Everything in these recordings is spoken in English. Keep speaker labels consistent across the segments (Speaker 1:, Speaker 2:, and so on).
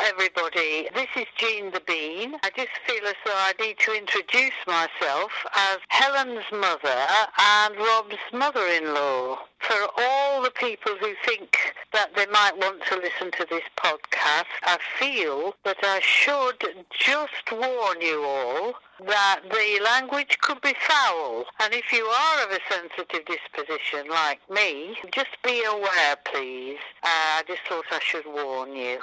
Speaker 1: everybody. This is Jean the Bean. I just feel as though I need to introduce myself as Helen's mother and Rob's mother-in-law. For all the people who think that they might want to listen to this podcast, I feel that I should just warn you all that the language could be foul. And if you are of a sensitive disposition like me, just be aware, please. Uh, I just thought I should warn you.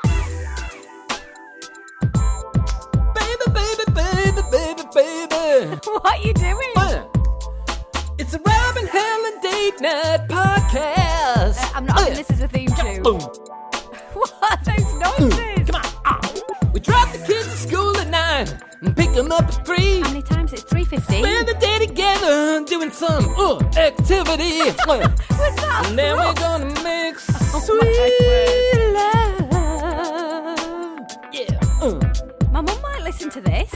Speaker 2: Baby, baby, baby, baby, baby.
Speaker 3: What you doing?
Speaker 2: Uh, It's a Robin Helen date night podcast.
Speaker 3: Uh,
Speaker 2: Oh,
Speaker 3: I'm not having this as a theme tune.
Speaker 2: Boom.
Speaker 3: What are those noises?
Speaker 2: Mm. Come on. Ow. We drop the kids at school at nine and pick them up at three.
Speaker 3: How many times? It's 3.15.
Speaker 2: Spend the day together doing some uh, activity. Uh,
Speaker 3: What's that?
Speaker 2: and then we're
Speaker 3: What?
Speaker 2: gonna make
Speaker 3: Oh my
Speaker 2: sweet love. Yeah. Uh.
Speaker 3: Uh, My mum might listen to this.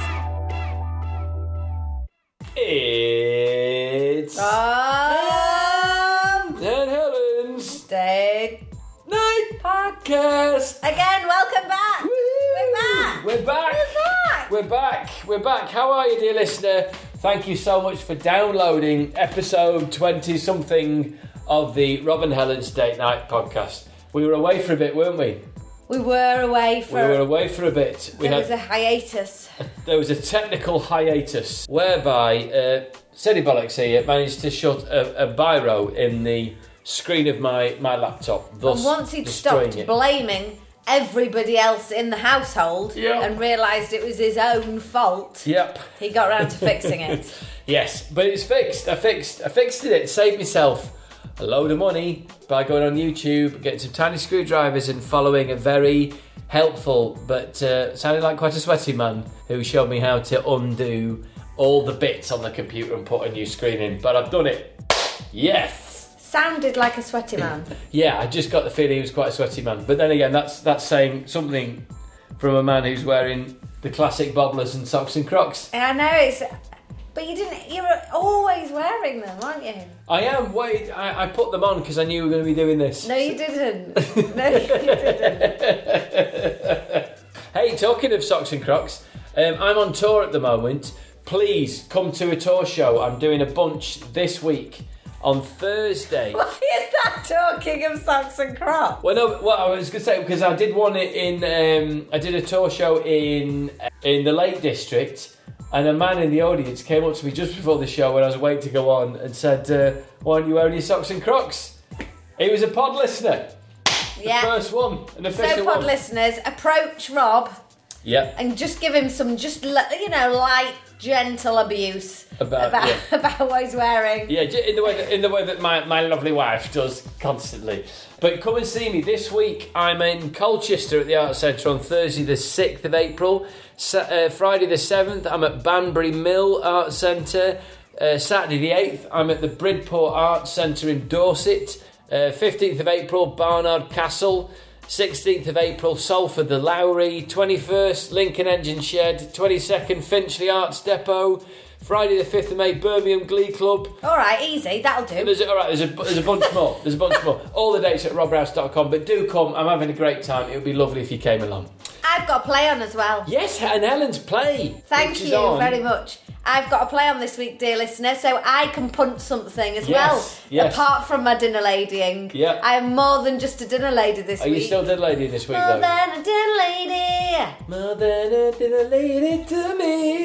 Speaker 2: It's
Speaker 3: Uh.
Speaker 4: Um,
Speaker 2: Dead Helen's
Speaker 4: Dave.
Speaker 2: Night Podcast.
Speaker 4: Again, welcome back. We're back.
Speaker 2: We're back.
Speaker 4: back.
Speaker 2: We're back. We're back. How are you, dear listener? Thank you so much for downloading episode 20 something of the Robin Helen's Date Night Podcast. We were away for a bit, weren't we?
Speaker 4: We were away for.
Speaker 2: We were away for a bit. We
Speaker 4: there was a hiatus.
Speaker 2: there was a technical hiatus whereby uh, City Bollocks here managed to shut a, a biro in the screen of my, my laptop. Thus
Speaker 4: And once he'd
Speaker 2: destroying
Speaker 4: stopped
Speaker 2: it.
Speaker 4: blaming everybody else in the household
Speaker 2: Yeah.
Speaker 4: and realised it was his own fault,
Speaker 2: Yep.
Speaker 4: he got round to fixing it.
Speaker 2: Yes, but it's fixed. I fixed. I fixed it. Saved myself a load of money by going on YouTube, getting some tiny screwdrivers, and following a very helpful but uh, sounded like quite a sweaty man who showed me how to undo all the bits on the computer and put a new screen in. But I've done it. Yes.
Speaker 4: Sounded like a sweaty man.
Speaker 2: Yeah, I just got the feeling he was quite a sweaty man. But then again, that's that's saying something from a man who's wearing the classic bobblers and socks and crocs.
Speaker 4: I know it's. But you didn't. You were always wearing them, weren't you?
Speaker 2: I am. Wait, I, I put them on because I knew we were going to be doing this.
Speaker 4: No, you didn't. No, you didn't.
Speaker 2: Hey, talking of socks and crocs, um, I'm on tour at the moment. Please come to a tour show. I'm doing a bunch this week on Thursday.
Speaker 4: Why is that talking of socks and crocs?
Speaker 2: Well, no, what I was going to say because I did one in, um, I did a tour show in in the Lake District, and a man in the audience came up to me just before the show when I was waiting to go on and said, uh, "Why aren't you wearing your socks and Crocs?" He was a pod listener,
Speaker 4: Yeah.
Speaker 2: first one, an official
Speaker 4: So, pod
Speaker 2: one.
Speaker 4: listeners, approach Rob
Speaker 2: yeah,
Speaker 4: and just give him some, just li- you know, light, gentle abuse
Speaker 2: About-
Speaker 4: about,
Speaker 2: yeah.
Speaker 4: about what he's wearing.
Speaker 2: yeah, j- in the way that, in the way that my, my lovely wife does constantly. But come and see me this week. I'm in Colchester at the Arts Centre on Thursday, the sixth of April. Sa- uh, Friday, the seventh, I'm at Banbury Mill Arts Centre. Uh, Saturday, the eighth, I'm at the Bridport Arts Centre in Dorset. Uh, Fifteenth of April, Barnard Castle. 16th of April, Salford the Lowry, 21st, Lincoln Engine Shed, 22nd, Finchley Arts Depot, Friday the 5th of May, Birmingham Glee Club,
Speaker 4: All right, easy, that'll do.
Speaker 2: there's a, all right. There's a there's a bunch more. There's a bunch more. All the dates at robrouse.com. But do come. I'm having a great time. It would be lovely if you came along.
Speaker 4: I've got a play on as well.
Speaker 2: Yes, and Helen's play.
Speaker 4: Thank
Speaker 2: which is
Speaker 4: you
Speaker 2: on.
Speaker 4: very much. I've got a play on this week, dear listener, so I can punch something as
Speaker 2: Yes,
Speaker 4: well.
Speaker 2: yes.
Speaker 4: Apart from my dinner ladying,
Speaker 2: Yeah.
Speaker 4: I am more than just a dinner lady this
Speaker 2: Are
Speaker 4: week.
Speaker 2: you still dead lady this week
Speaker 4: more
Speaker 2: though?
Speaker 4: than a dinner lady
Speaker 2: More than a dinner lady to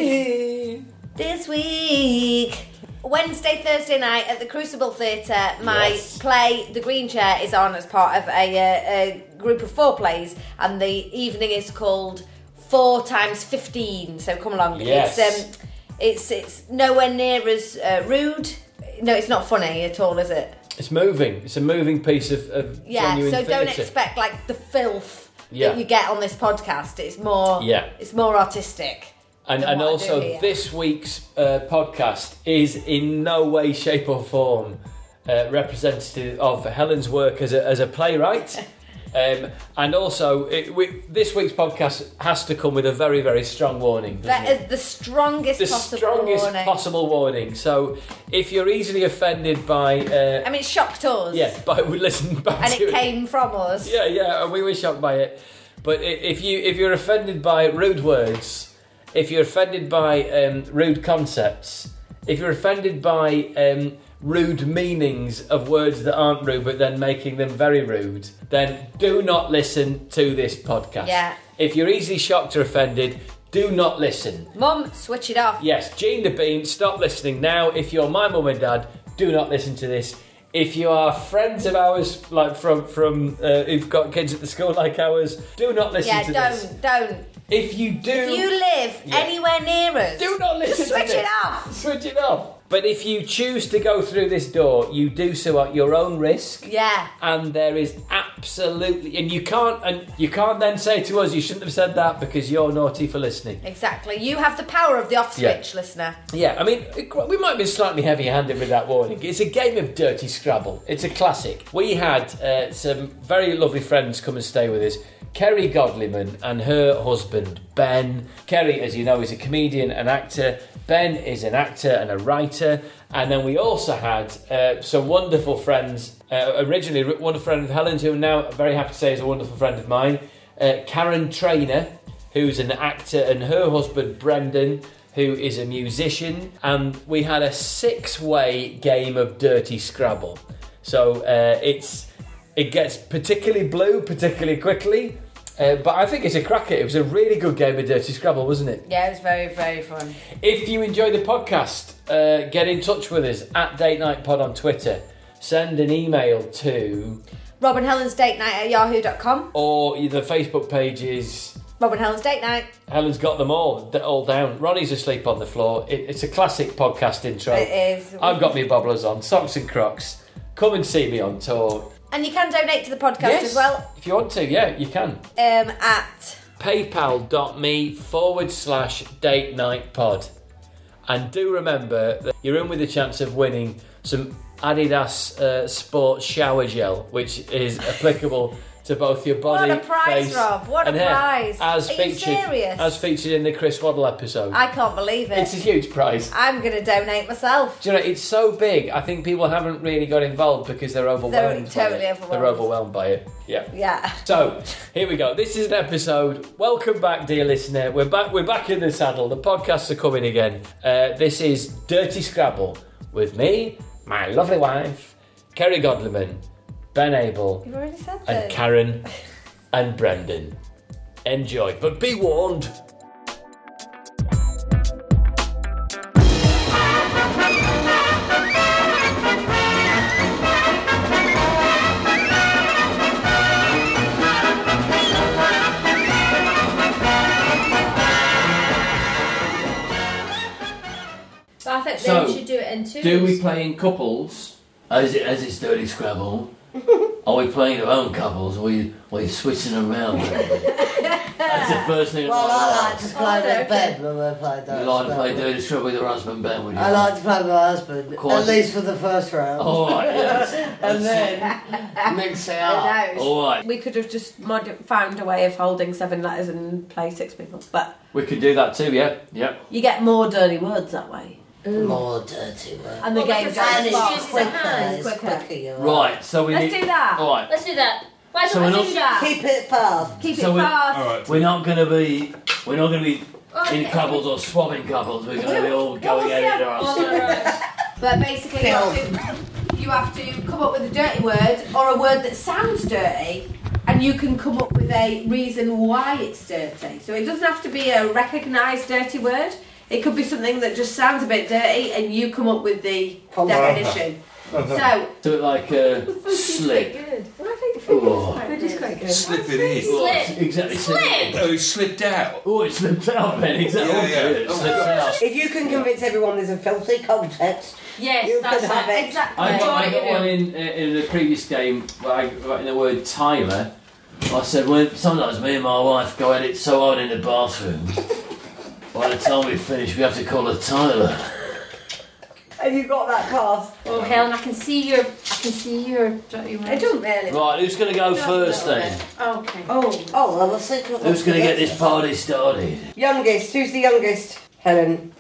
Speaker 2: me.
Speaker 4: This week, Wednesday, Thursday night at the Crucible Theatre, my
Speaker 2: Yes.
Speaker 4: play The Green Chair is on as part of a, uh a group of four plays, and the evening is called Four Times Fifteen. So come along. It's,
Speaker 2: Yes.
Speaker 4: um, it's it's nowhere near as uh, rude. No, it's not funny at all, is it?
Speaker 2: It's moving. It's a moving piece of, of
Speaker 4: Yeah.
Speaker 2: genuine
Speaker 4: so don't
Speaker 2: theatre.
Speaker 4: expect like the filth
Speaker 2: Yeah.
Speaker 4: that you get on this podcast. It's more.
Speaker 2: Yeah.
Speaker 4: It's more artistic.
Speaker 2: And,
Speaker 4: than
Speaker 2: and
Speaker 4: what I do
Speaker 2: also,
Speaker 4: here.
Speaker 2: this week's uh, podcast is in no way, shape, or form uh, representative of Helen's work as a, as a playwright. um, and also, it, we, this week's podcast has to come with a very, very strong warning. doesn't
Speaker 4: That
Speaker 2: it?
Speaker 4: is the strongest
Speaker 2: the
Speaker 4: possible
Speaker 2: strongest
Speaker 4: warning.
Speaker 2: possible warning. So, if you're easily offended by, uh,
Speaker 4: I mean, it shocked us.
Speaker 2: yeah, by listening back
Speaker 4: And
Speaker 2: to
Speaker 4: it came from us.
Speaker 2: yeah, yeah, and we were shocked by it. But i- if you if you're offended by rude words, if you're offended by um, rude concepts, if you're offended by um, rude meanings of words that aren't rude but then making them very rude, then do not listen to this podcast.
Speaker 4: Yeah.
Speaker 2: If you're easily shocked or offended, do not listen.
Speaker 4: Mum, switch it off.
Speaker 2: Yes, Gene the Bean, stop listening now. If you're my mum and dad, do not listen to this. If you are friends of ours, like from from uh, who've got kids at the school like ours, do not listen
Speaker 4: Yeah,
Speaker 2: to this.
Speaker 4: don't, don't.
Speaker 2: If you do,
Speaker 4: If you live
Speaker 2: Yeah.
Speaker 4: anywhere near us,
Speaker 2: do not listen.
Speaker 4: just switch
Speaker 2: to this.
Speaker 4: it off.
Speaker 2: Switch it off. But if you choose to go through this door, you do so at your own risk.
Speaker 4: Yeah.
Speaker 2: And there is absolutely, and you can't, and you can't then say to us, you shouldn't have said that because you're naughty for listening.
Speaker 4: Exactly. You have the power of the off
Speaker 2: Yeah.
Speaker 4: switch, listener.
Speaker 2: Yeah, I mean, we might be slightly heavy handed with that warning. It's a game of dirty Scrabble, it's a classic. We had uh, some very lovely friends come and stay with us. Kerry Godliman and her husband Ben. Kerry, as you know, is a comedian and actor. Ben is an actor and a writer. And then we also had uh, some wonderful friends. Uh, originally, a wonderful friend of Helen's, who I'm now very happy to say is a wonderful friend of mine. Uh, Karen Trainer, who's an actor, and her husband Brendan, who is a musician. And we had a six-way game of Dirty Scrabble. So uh, it's it gets particularly blue, particularly quickly. Uh, but I think it's a cracker. It was a really good game of Dirty Scrabble, wasn't it?
Speaker 4: Yeah, it was very, very fun.
Speaker 2: If you enjoy the podcast, uh, get in touch with us at Date Night Pod on Twitter. Send an email to,
Speaker 4: Rob and Helen's date night at yahoo.com.
Speaker 2: or the Facebook page is
Speaker 4: Rob and Helen's date night.
Speaker 2: Helen's got them all, they're all down. Ronnie's asleep on the floor. It, it's a classic podcast intro.
Speaker 4: It is.
Speaker 2: I've got my bobblers on, socks and crocs. Come and see me on tour.
Speaker 4: And you can donate to the podcast as well
Speaker 2: If you want to, yeah, you can.
Speaker 4: um, at
Speaker 2: paypal.me forward slash date night pod. And do remember that you're in with a chance of winning some Adidas uh, Sports Shower Gel, which is applicable to both your body,
Speaker 4: What a prize,
Speaker 2: face,
Speaker 4: Rob. What a
Speaker 2: and hair,
Speaker 4: prize.
Speaker 2: As
Speaker 4: Are you
Speaker 2: featured,
Speaker 4: serious?
Speaker 2: As featured in the Chris Waddle episode.
Speaker 4: I can't believe
Speaker 2: it's a
Speaker 4: it.
Speaker 2: huge prize.
Speaker 4: I'm going to donate myself.
Speaker 2: Do you know, it's so big, I think people haven't really got involved because they're overwhelmed. by
Speaker 4: totally
Speaker 2: it. They're
Speaker 4: overwhelmed.
Speaker 2: overwhelmed by it. Yeah.
Speaker 4: Yeah.
Speaker 2: So here we go. This is an episode. Welcome back, dear listener. We're back. We're back in the saddle. The podcasts are coming again. Uh, this is Dirty Scrabble with me, my lovely wife, Kerry Godleman, Ben Abel,
Speaker 4: You've already said
Speaker 2: and
Speaker 4: that.
Speaker 2: Karen, and Brendan. Enjoy, but be warned.
Speaker 5: But I think
Speaker 2: So,
Speaker 5: they should do it in twos.
Speaker 2: play in couples? As it, as it's Dirty Scrabble. Are we playing our own couples, or are you, or are you switching them around? That's the first thing.
Speaker 6: Well, I like to play
Speaker 5: Oh,
Speaker 6: with Ben when we play those.
Speaker 2: You like to play dirty scrub with your husband, Ben, would you?
Speaker 6: I like to play with my husband,
Speaker 2: Course.
Speaker 6: at least for the first round.
Speaker 2: All right, yes.
Speaker 6: and then mix it up.
Speaker 5: Who knows?
Speaker 2: All right.
Speaker 5: We could have just mod- found a way of holding seven letters and play six people, but
Speaker 2: We could do that too, yeah. Yeah.
Speaker 5: you get more dirty words that way.
Speaker 6: More dirty work.
Speaker 5: And the game goes
Speaker 6: And it's
Speaker 5: far
Speaker 6: just
Speaker 5: quicker.
Speaker 6: quicker, it's
Speaker 5: Quicker.
Speaker 6: quicker. you know.
Speaker 2: Right, so we
Speaker 5: Let's
Speaker 2: need.
Speaker 5: do that.
Speaker 2: All right.
Speaker 5: Let's do that. Why
Speaker 2: So
Speaker 5: don't
Speaker 2: we're
Speaker 5: we do
Speaker 2: not-
Speaker 5: that?
Speaker 6: Keep it fast.
Speaker 5: Keep
Speaker 2: So
Speaker 5: it
Speaker 2: we-
Speaker 5: fast.
Speaker 2: We're not going to be. We're not going to be in
Speaker 5: Okay.
Speaker 2: couples or swapping couples. We're going to be all going at it ourselves.
Speaker 4: But basically, you have, to, you have to come up with a dirty word or a word that sounds dirty, and you can come up with a reason why it's dirty.
Speaker 5: So it doesn't have to be a recognised dirty word. It could be something that just sounds a bit dirty, and you come up with the definition. So
Speaker 2: Do it like a slip.
Speaker 5: good.
Speaker 2: Oh,
Speaker 5: It is quite good.
Speaker 7: Slip it in.
Speaker 2: oh, it's exactly. Slip.
Speaker 7: Oh, it slipped out.
Speaker 2: Oh, it slipped out, Ben. Exactly.
Speaker 7: Yeah, yeah.
Speaker 2: It
Speaker 7: Oh,
Speaker 2: slipped
Speaker 7: God.
Speaker 2: out.
Speaker 6: If you can convince everyone there's a filthy context,
Speaker 5: Yes,
Speaker 6: You
Speaker 5: that's
Speaker 6: could
Speaker 5: right.
Speaker 6: have it.
Speaker 5: Exactly.
Speaker 2: I got, I
Speaker 5: What
Speaker 2: got
Speaker 5: do you
Speaker 2: one
Speaker 5: do?
Speaker 2: in uh, in the previous game where I got in the word timer. I said, well, sometimes me and my wife go at it so hard in the bathroom. By the time we finish, we have to call a timer.
Speaker 6: have you got that cast?
Speaker 5: Oh, Helen, I can see your, I can see your dirty words.
Speaker 4: I don't really.
Speaker 2: Right, who's going to go first then?
Speaker 5: Okay.
Speaker 4: Oh,
Speaker 6: Oh, well, let's see. what
Speaker 2: Who's going to get
Speaker 6: happens.
Speaker 2: this party started?
Speaker 6: Youngest. Who's the youngest? Helen.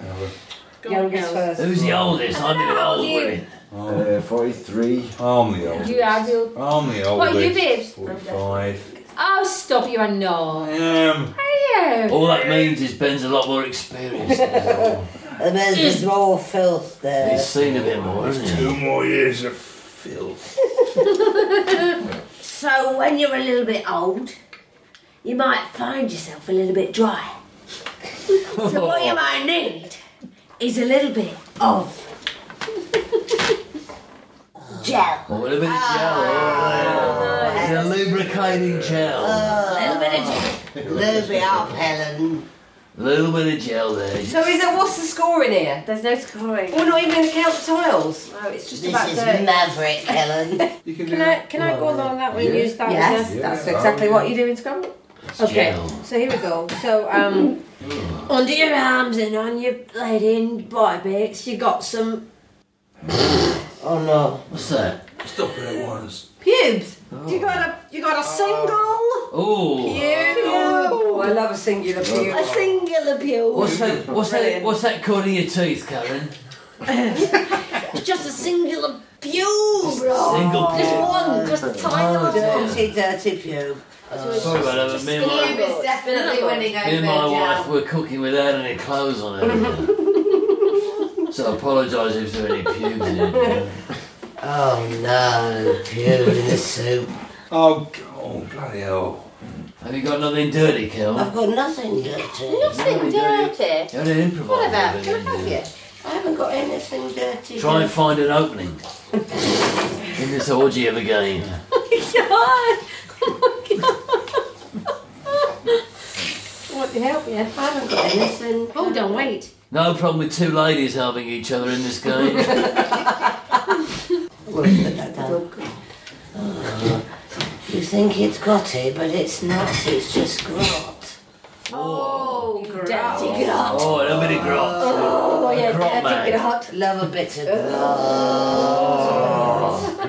Speaker 6: youngest first.
Speaker 2: Who's the oldest? I'm in the old
Speaker 5: you-
Speaker 2: women.
Speaker 8: Uh, 43.
Speaker 7: I'm the oldest.
Speaker 5: You are the old.
Speaker 7: I'm the oldest.
Speaker 5: What are you, babes?
Speaker 7: 45. Oh, stop you, I know.
Speaker 9: Um,
Speaker 7: Are you?
Speaker 2: All that means is Ben's a lot more experienced.
Speaker 10: And there's more filth there.
Speaker 2: He's seen a bit more, hasn't he?
Speaker 9: two more years of filth.
Speaker 11: So when you're a little bit old, you might find yourself a little bit dry. so what you might need is a little bit of gel.
Speaker 2: A little bit of
Speaker 4: Ah,
Speaker 2: gel. It's a lubricating gel.
Speaker 11: A little bit of gel.
Speaker 12: Lose me up, Helen.
Speaker 2: A little bit of gel there.
Speaker 4: So is it? What's the score in here?
Speaker 7: There's no scoring.
Speaker 4: We're not even going to count the tiles. No, it's just about
Speaker 12: This is
Speaker 4: dirty.
Speaker 12: Maverick, Helen.
Speaker 9: You
Speaker 4: Can I can I go along that way and use that?
Speaker 13: Yes,
Speaker 4: as a-
Speaker 9: Yeah.
Speaker 4: that's exactly what you do in Scramble.
Speaker 2: It's
Speaker 4: Okay,
Speaker 2: gel.
Speaker 4: so here we go. So um,
Speaker 11: Under your arms and on your bloody and body bits, you got some.
Speaker 10: Oh no.
Speaker 2: What's that?
Speaker 9: Stop it at once.
Speaker 4: pubes. You got a you got a single.
Speaker 2: Oh.
Speaker 4: Pube.
Speaker 13: I love a singular pube.
Speaker 11: A singular pube.
Speaker 2: What's that? What's that?
Speaker 4: Brilliant.
Speaker 2: What's that called in your teeth, Karen?
Speaker 11: Just a singular pube, bro.
Speaker 2: Single.
Speaker 4: Oh.
Speaker 11: Just one, just a tiny little one.
Speaker 10: Dirty, dirty pube.
Speaker 2: Sorry about that. but Me and my,
Speaker 13: Pube is definitely winning
Speaker 2: me
Speaker 13: over
Speaker 2: and my wife
Speaker 13: Jan.
Speaker 2: were cooking without any clothes on. Earlier. so I apologise if there are any pubes in it.
Speaker 12: Oh no, pure in the soup.
Speaker 9: Oh, g- oh bloody hell.
Speaker 2: Have you got nothing dirty, Kel?
Speaker 12: I've got nothing dirty.
Speaker 7: Nothing dirty.
Speaker 2: You had an improvise.
Speaker 7: What about-
Speaker 2: over there, didn't you?
Speaker 12: I haven't got anything dirty.
Speaker 2: Try and find an opening in this orgy of a game.
Speaker 7: God. Oh my God.
Speaker 4: Want to help you?
Speaker 12: I haven't got anything.
Speaker 7: Hold on, wait.
Speaker 2: No problem with two ladies helping each other in this game.
Speaker 12: We'll put that down. You think it's grotty, but it's not. It's just grot.
Speaker 4: Oh, gross.
Speaker 7: Dirty.
Speaker 2: Oh, a little bit of grot. Oh,
Speaker 4: yeah,
Speaker 2: grot man.
Speaker 4: Hot.
Speaker 12: Love a bit of grot.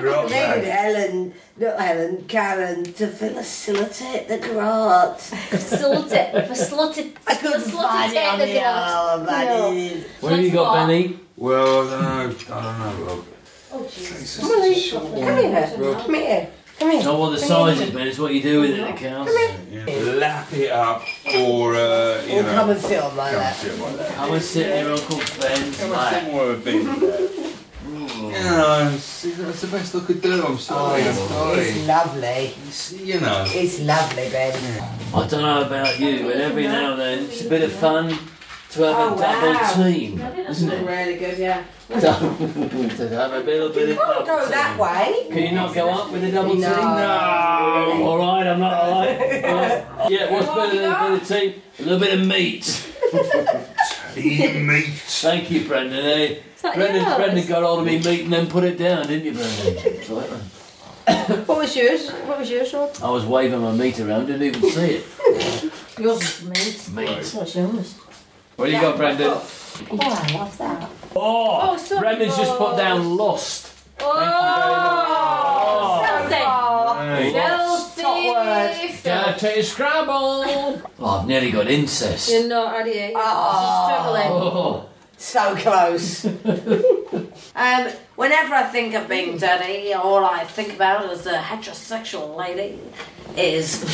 Speaker 9: Grot
Speaker 12: Need
Speaker 9: man.
Speaker 12: Helen, not Helen, Karen, to facilitate the grot.
Speaker 7: Salted. For slotted.
Speaker 12: I couldn't
Speaker 7: for
Speaker 12: find
Speaker 7: slotted
Speaker 12: it
Speaker 7: take
Speaker 12: on
Speaker 7: the
Speaker 12: the
Speaker 7: girl.
Speaker 12: arm. I
Speaker 7: No.
Speaker 12: did.
Speaker 2: What have you got,
Speaker 7: Slotted.
Speaker 2: Benny?
Speaker 9: Well, I don't know. I don't know, Rob.
Speaker 7: Oh, Jesus.
Speaker 9: It's
Speaker 10: Come
Speaker 9: a short
Speaker 10: Come
Speaker 9: one.
Speaker 10: here. Come here. Come here.
Speaker 2: Not what the size is, man. It's what you do with it that counts.
Speaker 9: Yeah. Lap it up, or uh, you
Speaker 12: Or
Speaker 9: know,
Speaker 12: come and sit on my
Speaker 9: come and
Speaker 12: lap.
Speaker 9: sit on my lap.
Speaker 2: Come and sit in your Uncle Ben's
Speaker 9: Come and
Speaker 2: lap.
Speaker 9: sit more of a baby lap. You know, it's, it's the best I could do. I'm sorry. I'm
Speaker 12: It's
Speaker 9: sorry.
Speaker 12: lovely.
Speaker 9: It's, you know.
Speaker 12: It's lovely, Ben.
Speaker 2: I don't know about you, but every now and then it's a bit of fun to have a double team, isn't it?
Speaker 4: Really good, yeah.
Speaker 2: Double- to have a little bit of double
Speaker 4: Go
Speaker 2: team.
Speaker 4: that way.
Speaker 2: Can you not go up with a double team?
Speaker 12: No.
Speaker 2: No. All right, I'm not all right. yeah, what's better than a bit of team? A little bit of meat.
Speaker 9: Eat meat.
Speaker 2: Thank you, Brendan. Eh?
Speaker 7: that
Speaker 2: Brendan,
Speaker 7: yours?
Speaker 2: Brendan got hold of me meat and then put it down, didn't you, Brendan? Right.
Speaker 4: What was yours? What was yours, Rob?
Speaker 2: I was waving my meat around, didn't even see it.
Speaker 11: Yours is meat.
Speaker 2: Meat.
Speaker 11: What's yours?
Speaker 2: What do you got, Brendan?
Speaker 11: Oh, I love that.
Speaker 2: Oh,
Speaker 7: Oh, sorry,
Speaker 2: Brendan's just put down lost.
Speaker 7: Oh,
Speaker 9: Hey.
Speaker 7: Selfie.
Speaker 4: word.
Speaker 2: Down to Scrabble. Oh, I've nearly got incest.
Speaker 4: You're not, are you?
Speaker 7: Ah.
Speaker 4: Oh.
Speaker 2: Oh,
Speaker 12: So close.
Speaker 4: Um, whenever I think of being dirty, all I think about as a heterosexual lady is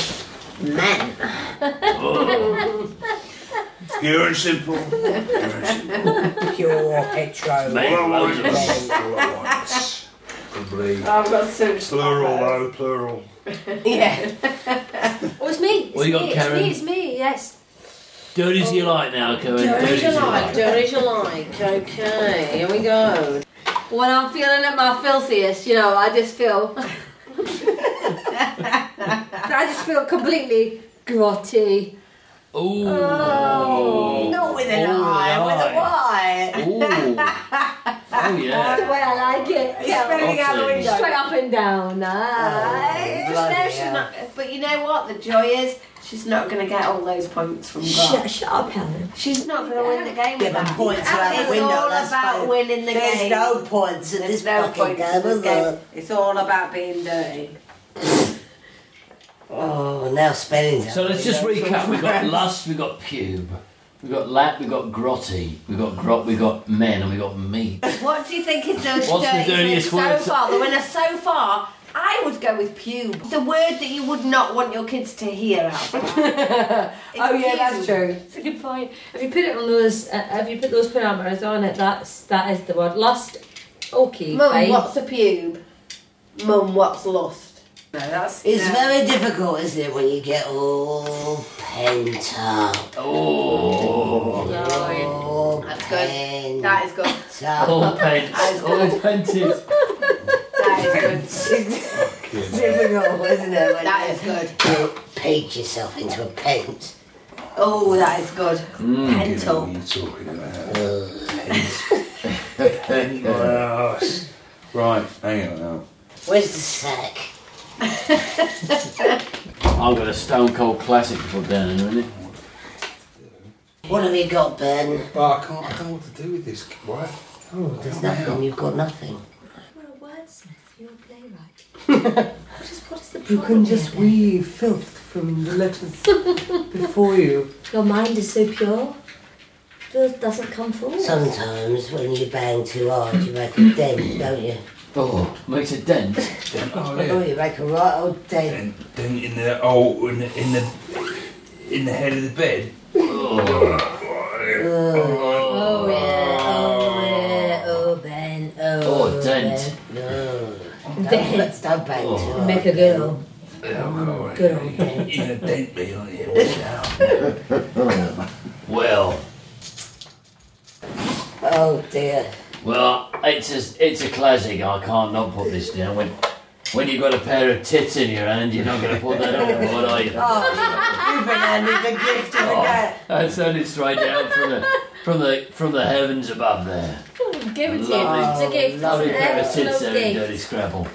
Speaker 12: Man.
Speaker 9: Pure and simple. Pure and simple.
Speaker 12: Pure petro.
Speaker 2: Mate,
Speaker 9: All I
Speaker 2: loads
Speaker 9: want
Speaker 2: of
Speaker 12: us.
Speaker 9: is all I want. Probably.
Speaker 4: I've got so
Speaker 9: Plural though, plural.
Speaker 4: Yeah.
Speaker 7: Oh, it's me. It's
Speaker 2: What you got,
Speaker 7: me.
Speaker 2: Karen?
Speaker 7: It's me. It's me. Yes.
Speaker 2: dirty as you like now, Cohen.
Speaker 4: Dirty as you like, dirty as you like. Okay, here we go.
Speaker 7: When I'm feeling at my filthiest, you know, I just feel. I just feel completely grotty.
Speaker 2: Ooh.
Speaker 12: Not with an
Speaker 2: Oh,
Speaker 12: eye, with
Speaker 2: right.
Speaker 12: a Y.
Speaker 2: Ooh. oh
Speaker 7: The
Speaker 2: yeah.
Speaker 7: way I like it. Yeah.
Speaker 4: Spelling out the
Speaker 2: Okay.
Speaker 4: window.
Speaker 7: Straight up and down. Ah.
Speaker 12: Bloody
Speaker 4: Just know she's
Speaker 12: hell.
Speaker 4: not, but you know what? The joy is she's not going to get all those points from God.
Speaker 7: Shut, shut up, Helen.
Speaker 4: She's not going to win the game.
Speaker 12: Give
Speaker 4: with
Speaker 12: them
Speaker 4: that.
Speaker 12: points out the
Speaker 4: It's
Speaker 12: window,
Speaker 4: all
Speaker 12: that's
Speaker 4: about
Speaker 12: fine.
Speaker 4: winning the
Speaker 12: There's
Speaker 4: game.
Speaker 12: no points in
Speaker 4: There's
Speaker 12: this
Speaker 4: no
Speaker 12: fucking
Speaker 4: points
Speaker 12: game,
Speaker 4: in this
Speaker 12: is there?
Speaker 4: game. It's all about being dirty.
Speaker 12: Oh, now spelling
Speaker 2: So let's just recap. We've got lust, we've got pube, we've got lap, we've got grotty, we've got grot, we've got men, and we've got meat.
Speaker 4: What do you think is the
Speaker 2: What's the
Speaker 4: dirtiest,
Speaker 2: dirtiest
Speaker 4: win
Speaker 2: word?
Speaker 4: so far? The winner so far I would go with pube. The word that you would not want your kids to hear out.
Speaker 12: oh yeah, that's true.
Speaker 7: That's a good point. If you put it on those, uh, if you put those parameters on it, that's that is the word. Lust, okay.
Speaker 4: Mum,
Speaker 7: fine.
Speaker 4: what's a pube? Mum, what's lust? No, that's
Speaker 14: It's
Speaker 4: no.
Speaker 14: very difficult, isn't it, when you get all pent up. Oh,
Speaker 4: That's
Speaker 14: pent
Speaker 4: good. That is good.
Speaker 14: up.
Speaker 2: All painted. All painted.
Speaker 4: That is good.
Speaker 12: Difficult, isn't it? When
Speaker 4: That is good.
Speaker 14: You paint yourself into a pent.
Speaker 4: Oh, that is good.
Speaker 2: Mm.
Speaker 4: Mental.
Speaker 9: What are you talking about? Gross. right, hang on now.
Speaker 14: Where's the sack?
Speaker 2: I'll get a Stone Cold Classic for down in a minute.
Speaker 14: What have you got, Ben?
Speaker 9: But I can't, I don't know what to do with this. What?
Speaker 14: There's nothing, you've got nothing.
Speaker 15: You're a wordsmith. You're a playwright. what, is, what is the
Speaker 12: You
Speaker 15: problem?
Speaker 12: can just
Speaker 15: here then?
Speaker 12: weave filth from the letters before you.
Speaker 15: Your mind is so pure. Filth doesn't come forward.
Speaker 14: Sometimes when you bang too hard, you make a dent, don't you?
Speaker 2: Oh, makes a dent.
Speaker 9: Oh,
Speaker 14: Oh,
Speaker 9: yeah.
Speaker 14: you make a right old dent.
Speaker 9: And then in the oh, in the in the, in the head of the bed.
Speaker 15: Oh yeah, oh yeah, oh Ben, oh.
Speaker 2: Oh, dent.
Speaker 14: No.
Speaker 15: Dent.
Speaker 14: Don't, don't bang too hard.
Speaker 15: Make a girl.
Speaker 9: Oh,
Speaker 15: Good old
Speaker 9: in
Speaker 15: Ben.
Speaker 9: a dent, me, aren't you? Watch out. well,
Speaker 14: Oh dear.
Speaker 2: Well, it's a, it's a classic. I can't not put this down. When when you've got a pair of tits in your hand, you're not going to put that on the board, are you?
Speaker 12: You've been handed the gift of
Speaker 14: Oh.
Speaker 12: the cat.
Speaker 2: That sounded straight down from the from the from the heavens above there.
Speaker 7: Give it to you.
Speaker 2: Lovely.
Speaker 7: It's a gift. It's
Speaker 2: Lovely
Speaker 7: an
Speaker 2: pair of
Speaker 7: absolute
Speaker 2: tits there in
Speaker 7: gift.
Speaker 2: Dirty Scrabble.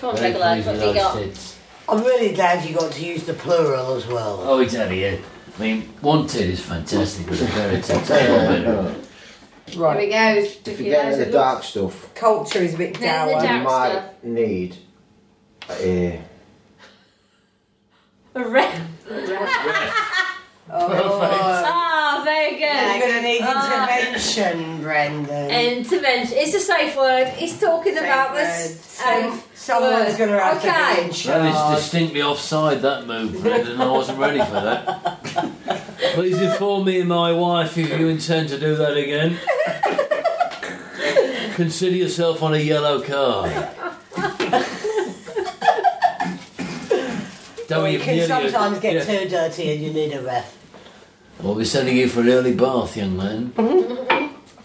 Speaker 7: Come on,
Speaker 2: Very
Speaker 7: take a look.
Speaker 2: pleased with
Speaker 7: What have you
Speaker 2: those
Speaker 7: got?
Speaker 2: tits.
Speaker 14: I'm really glad you got to use the plural as well.
Speaker 2: Oh, exactly. Yeah. I mean, one tit is fantastic, but a pair of tits. ain't no better.
Speaker 4: Here
Speaker 16: Right.
Speaker 4: we goes.
Speaker 16: If
Speaker 4: He
Speaker 16: you get
Speaker 4: knows
Speaker 16: into
Speaker 4: it
Speaker 16: the
Speaker 4: looks-
Speaker 16: dark stuff,
Speaker 12: Culture is a bit
Speaker 7: Yeah, the
Speaker 12: dour.
Speaker 16: you
Speaker 7: Dark
Speaker 16: might
Speaker 7: stuff.
Speaker 16: need a
Speaker 7: A red. Ah, very good.
Speaker 12: Oh. You're going to need
Speaker 7: Oh.
Speaker 12: intervention, Brendan.
Speaker 7: Intervention. It's a safe word. It's talking about this. um,
Speaker 12: Safe Someone's
Speaker 7: word.
Speaker 12: going to have to
Speaker 7: Okay.
Speaker 12: be in
Speaker 2: That is
Speaker 12: charge.
Speaker 2: distinctly offside, that move, Brendan. I wasn't ready for that. Please inform me and my wife if you intend to do that again. Consider yourself on a yellow card. Don't
Speaker 14: Well, you
Speaker 2: even
Speaker 14: can
Speaker 2: nearly-
Speaker 14: sometimes get
Speaker 2: yeah.
Speaker 14: too dirty and you need a ref.
Speaker 2: Well, we're sending you for an early bath, young man.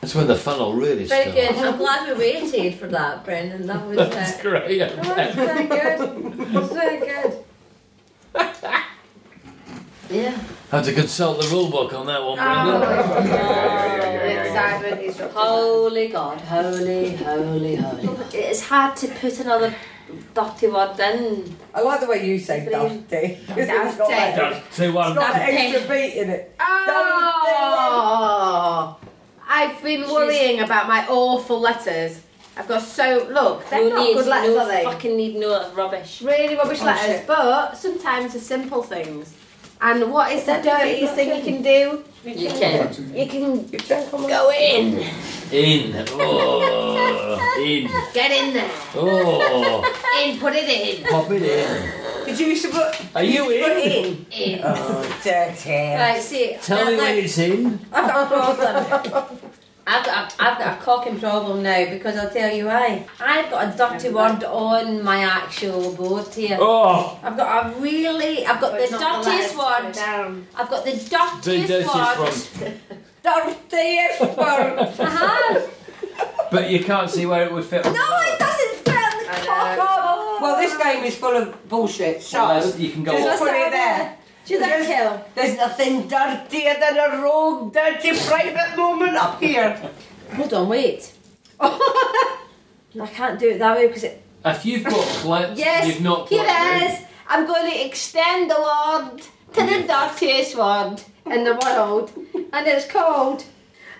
Speaker 2: That's when the fun will really
Speaker 7: Very
Speaker 2: starts.
Speaker 7: good. I'm glad we waited for that, Brendan. That was
Speaker 2: That's
Speaker 7: uh,
Speaker 2: great.
Speaker 7: that
Speaker 2: yeah.
Speaker 7: was very good. That was very good. Yeah.
Speaker 2: Had to consult the rule book on that one, Brendan.
Speaker 4: Oh,
Speaker 7: Oh,
Speaker 4: excitement is
Speaker 7: holy God, holy, holy, holy. It's hard to put another dotty word in.
Speaker 12: I like the way you say
Speaker 7: Please.
Speaker 12: dusty. Because it's got that,
Speaker 2: Don't say
Speaker 12: it's
Speaker 2: one.
Speaker 12: got that
Speaker 7: Dusty.
Speaker 12: extra beat in it.
Speaker 4: Oh! I've been
Speaker 7: She's-
Speaker 4: worrying about my awful letters. I've got so look, they're
Speaker 7: No
Speaker 4: not
Speaker 7: need,
Speaker 4: good letters,
Speaker 7: no
Speaker 4: are they?
Speaker 7: fucking Oh, need no rubbish.
Speaker 4: Really rubbish letters,
Speaker 12: shit.
Speaker 4: but sometimes the simple things. And what is the dirtiest thing you can do?
Speaker 7: You can.
Speaker 4: You can
Speaker 12: You've drank on my...
Speaker 4: go in.
Speaker 2: In. Oh, in.
Speaker 4: Get in there.
Speaker 2: Oh,
Speaker 4: In, put it in.
Speaker 2: pop it in.
Speaker 12: Did you used to put...
Speaker 2: Are you
Speaker 12: put
Speaker 2: in?
Speaker 12: in?
Speaker 7: In.
Speaker 12: Oh, dirty.
Speaker 7: Right, see,
Speaker 2: Tell
Speaker 7: now
Speaker 2: me when
Speaker 7: look,
Speaker 2: it's in.
Speaker 7: I've got a problem. I've got a, I've got a cocking problem now because I'll tell you why. I've got a dirty word on my actual board here.
Speaker 2: Oh,
Speaker 7: I've got a really, I've got the dirtiest
Speaker 4: one.
Speaker 7: word. I've got the dirtiest,
Speaker 2: the dirtiest
Speaker 7: word.
Speaker 2: one.
Speaker 12: Dirtiest word.
Speaker 7: Uh-huh.
Speaker 2: But you can't see where it would fit.
Speaker 7: No, it doesn't fit on the Oh.
Speaker 4: I know.
Speaker 7: cock up.
Speaker 12: Well, this game is full of bullshit, so...
Speaker 2: Unless you can go
Speaker 12: Just
Speaker 2: off.
Speaker 12: put it there.
Speaker 7: Do that
Speaker 12: Just-
Speaker 7: kill.
Speaker 12: There's nothing dirtier than a rogue, dirty private moment up here.
Speaker 7: Hold on, wait. I can't do it that way because it.
Speaker 2: If you've got clips,
Speaker 4: Yes,
Speaker 2: you've not
Speaker 4: here
Speaker 2: put it
Speaker 4: it is. I'm going to extend the word to the dirtiest word in the world, and it's called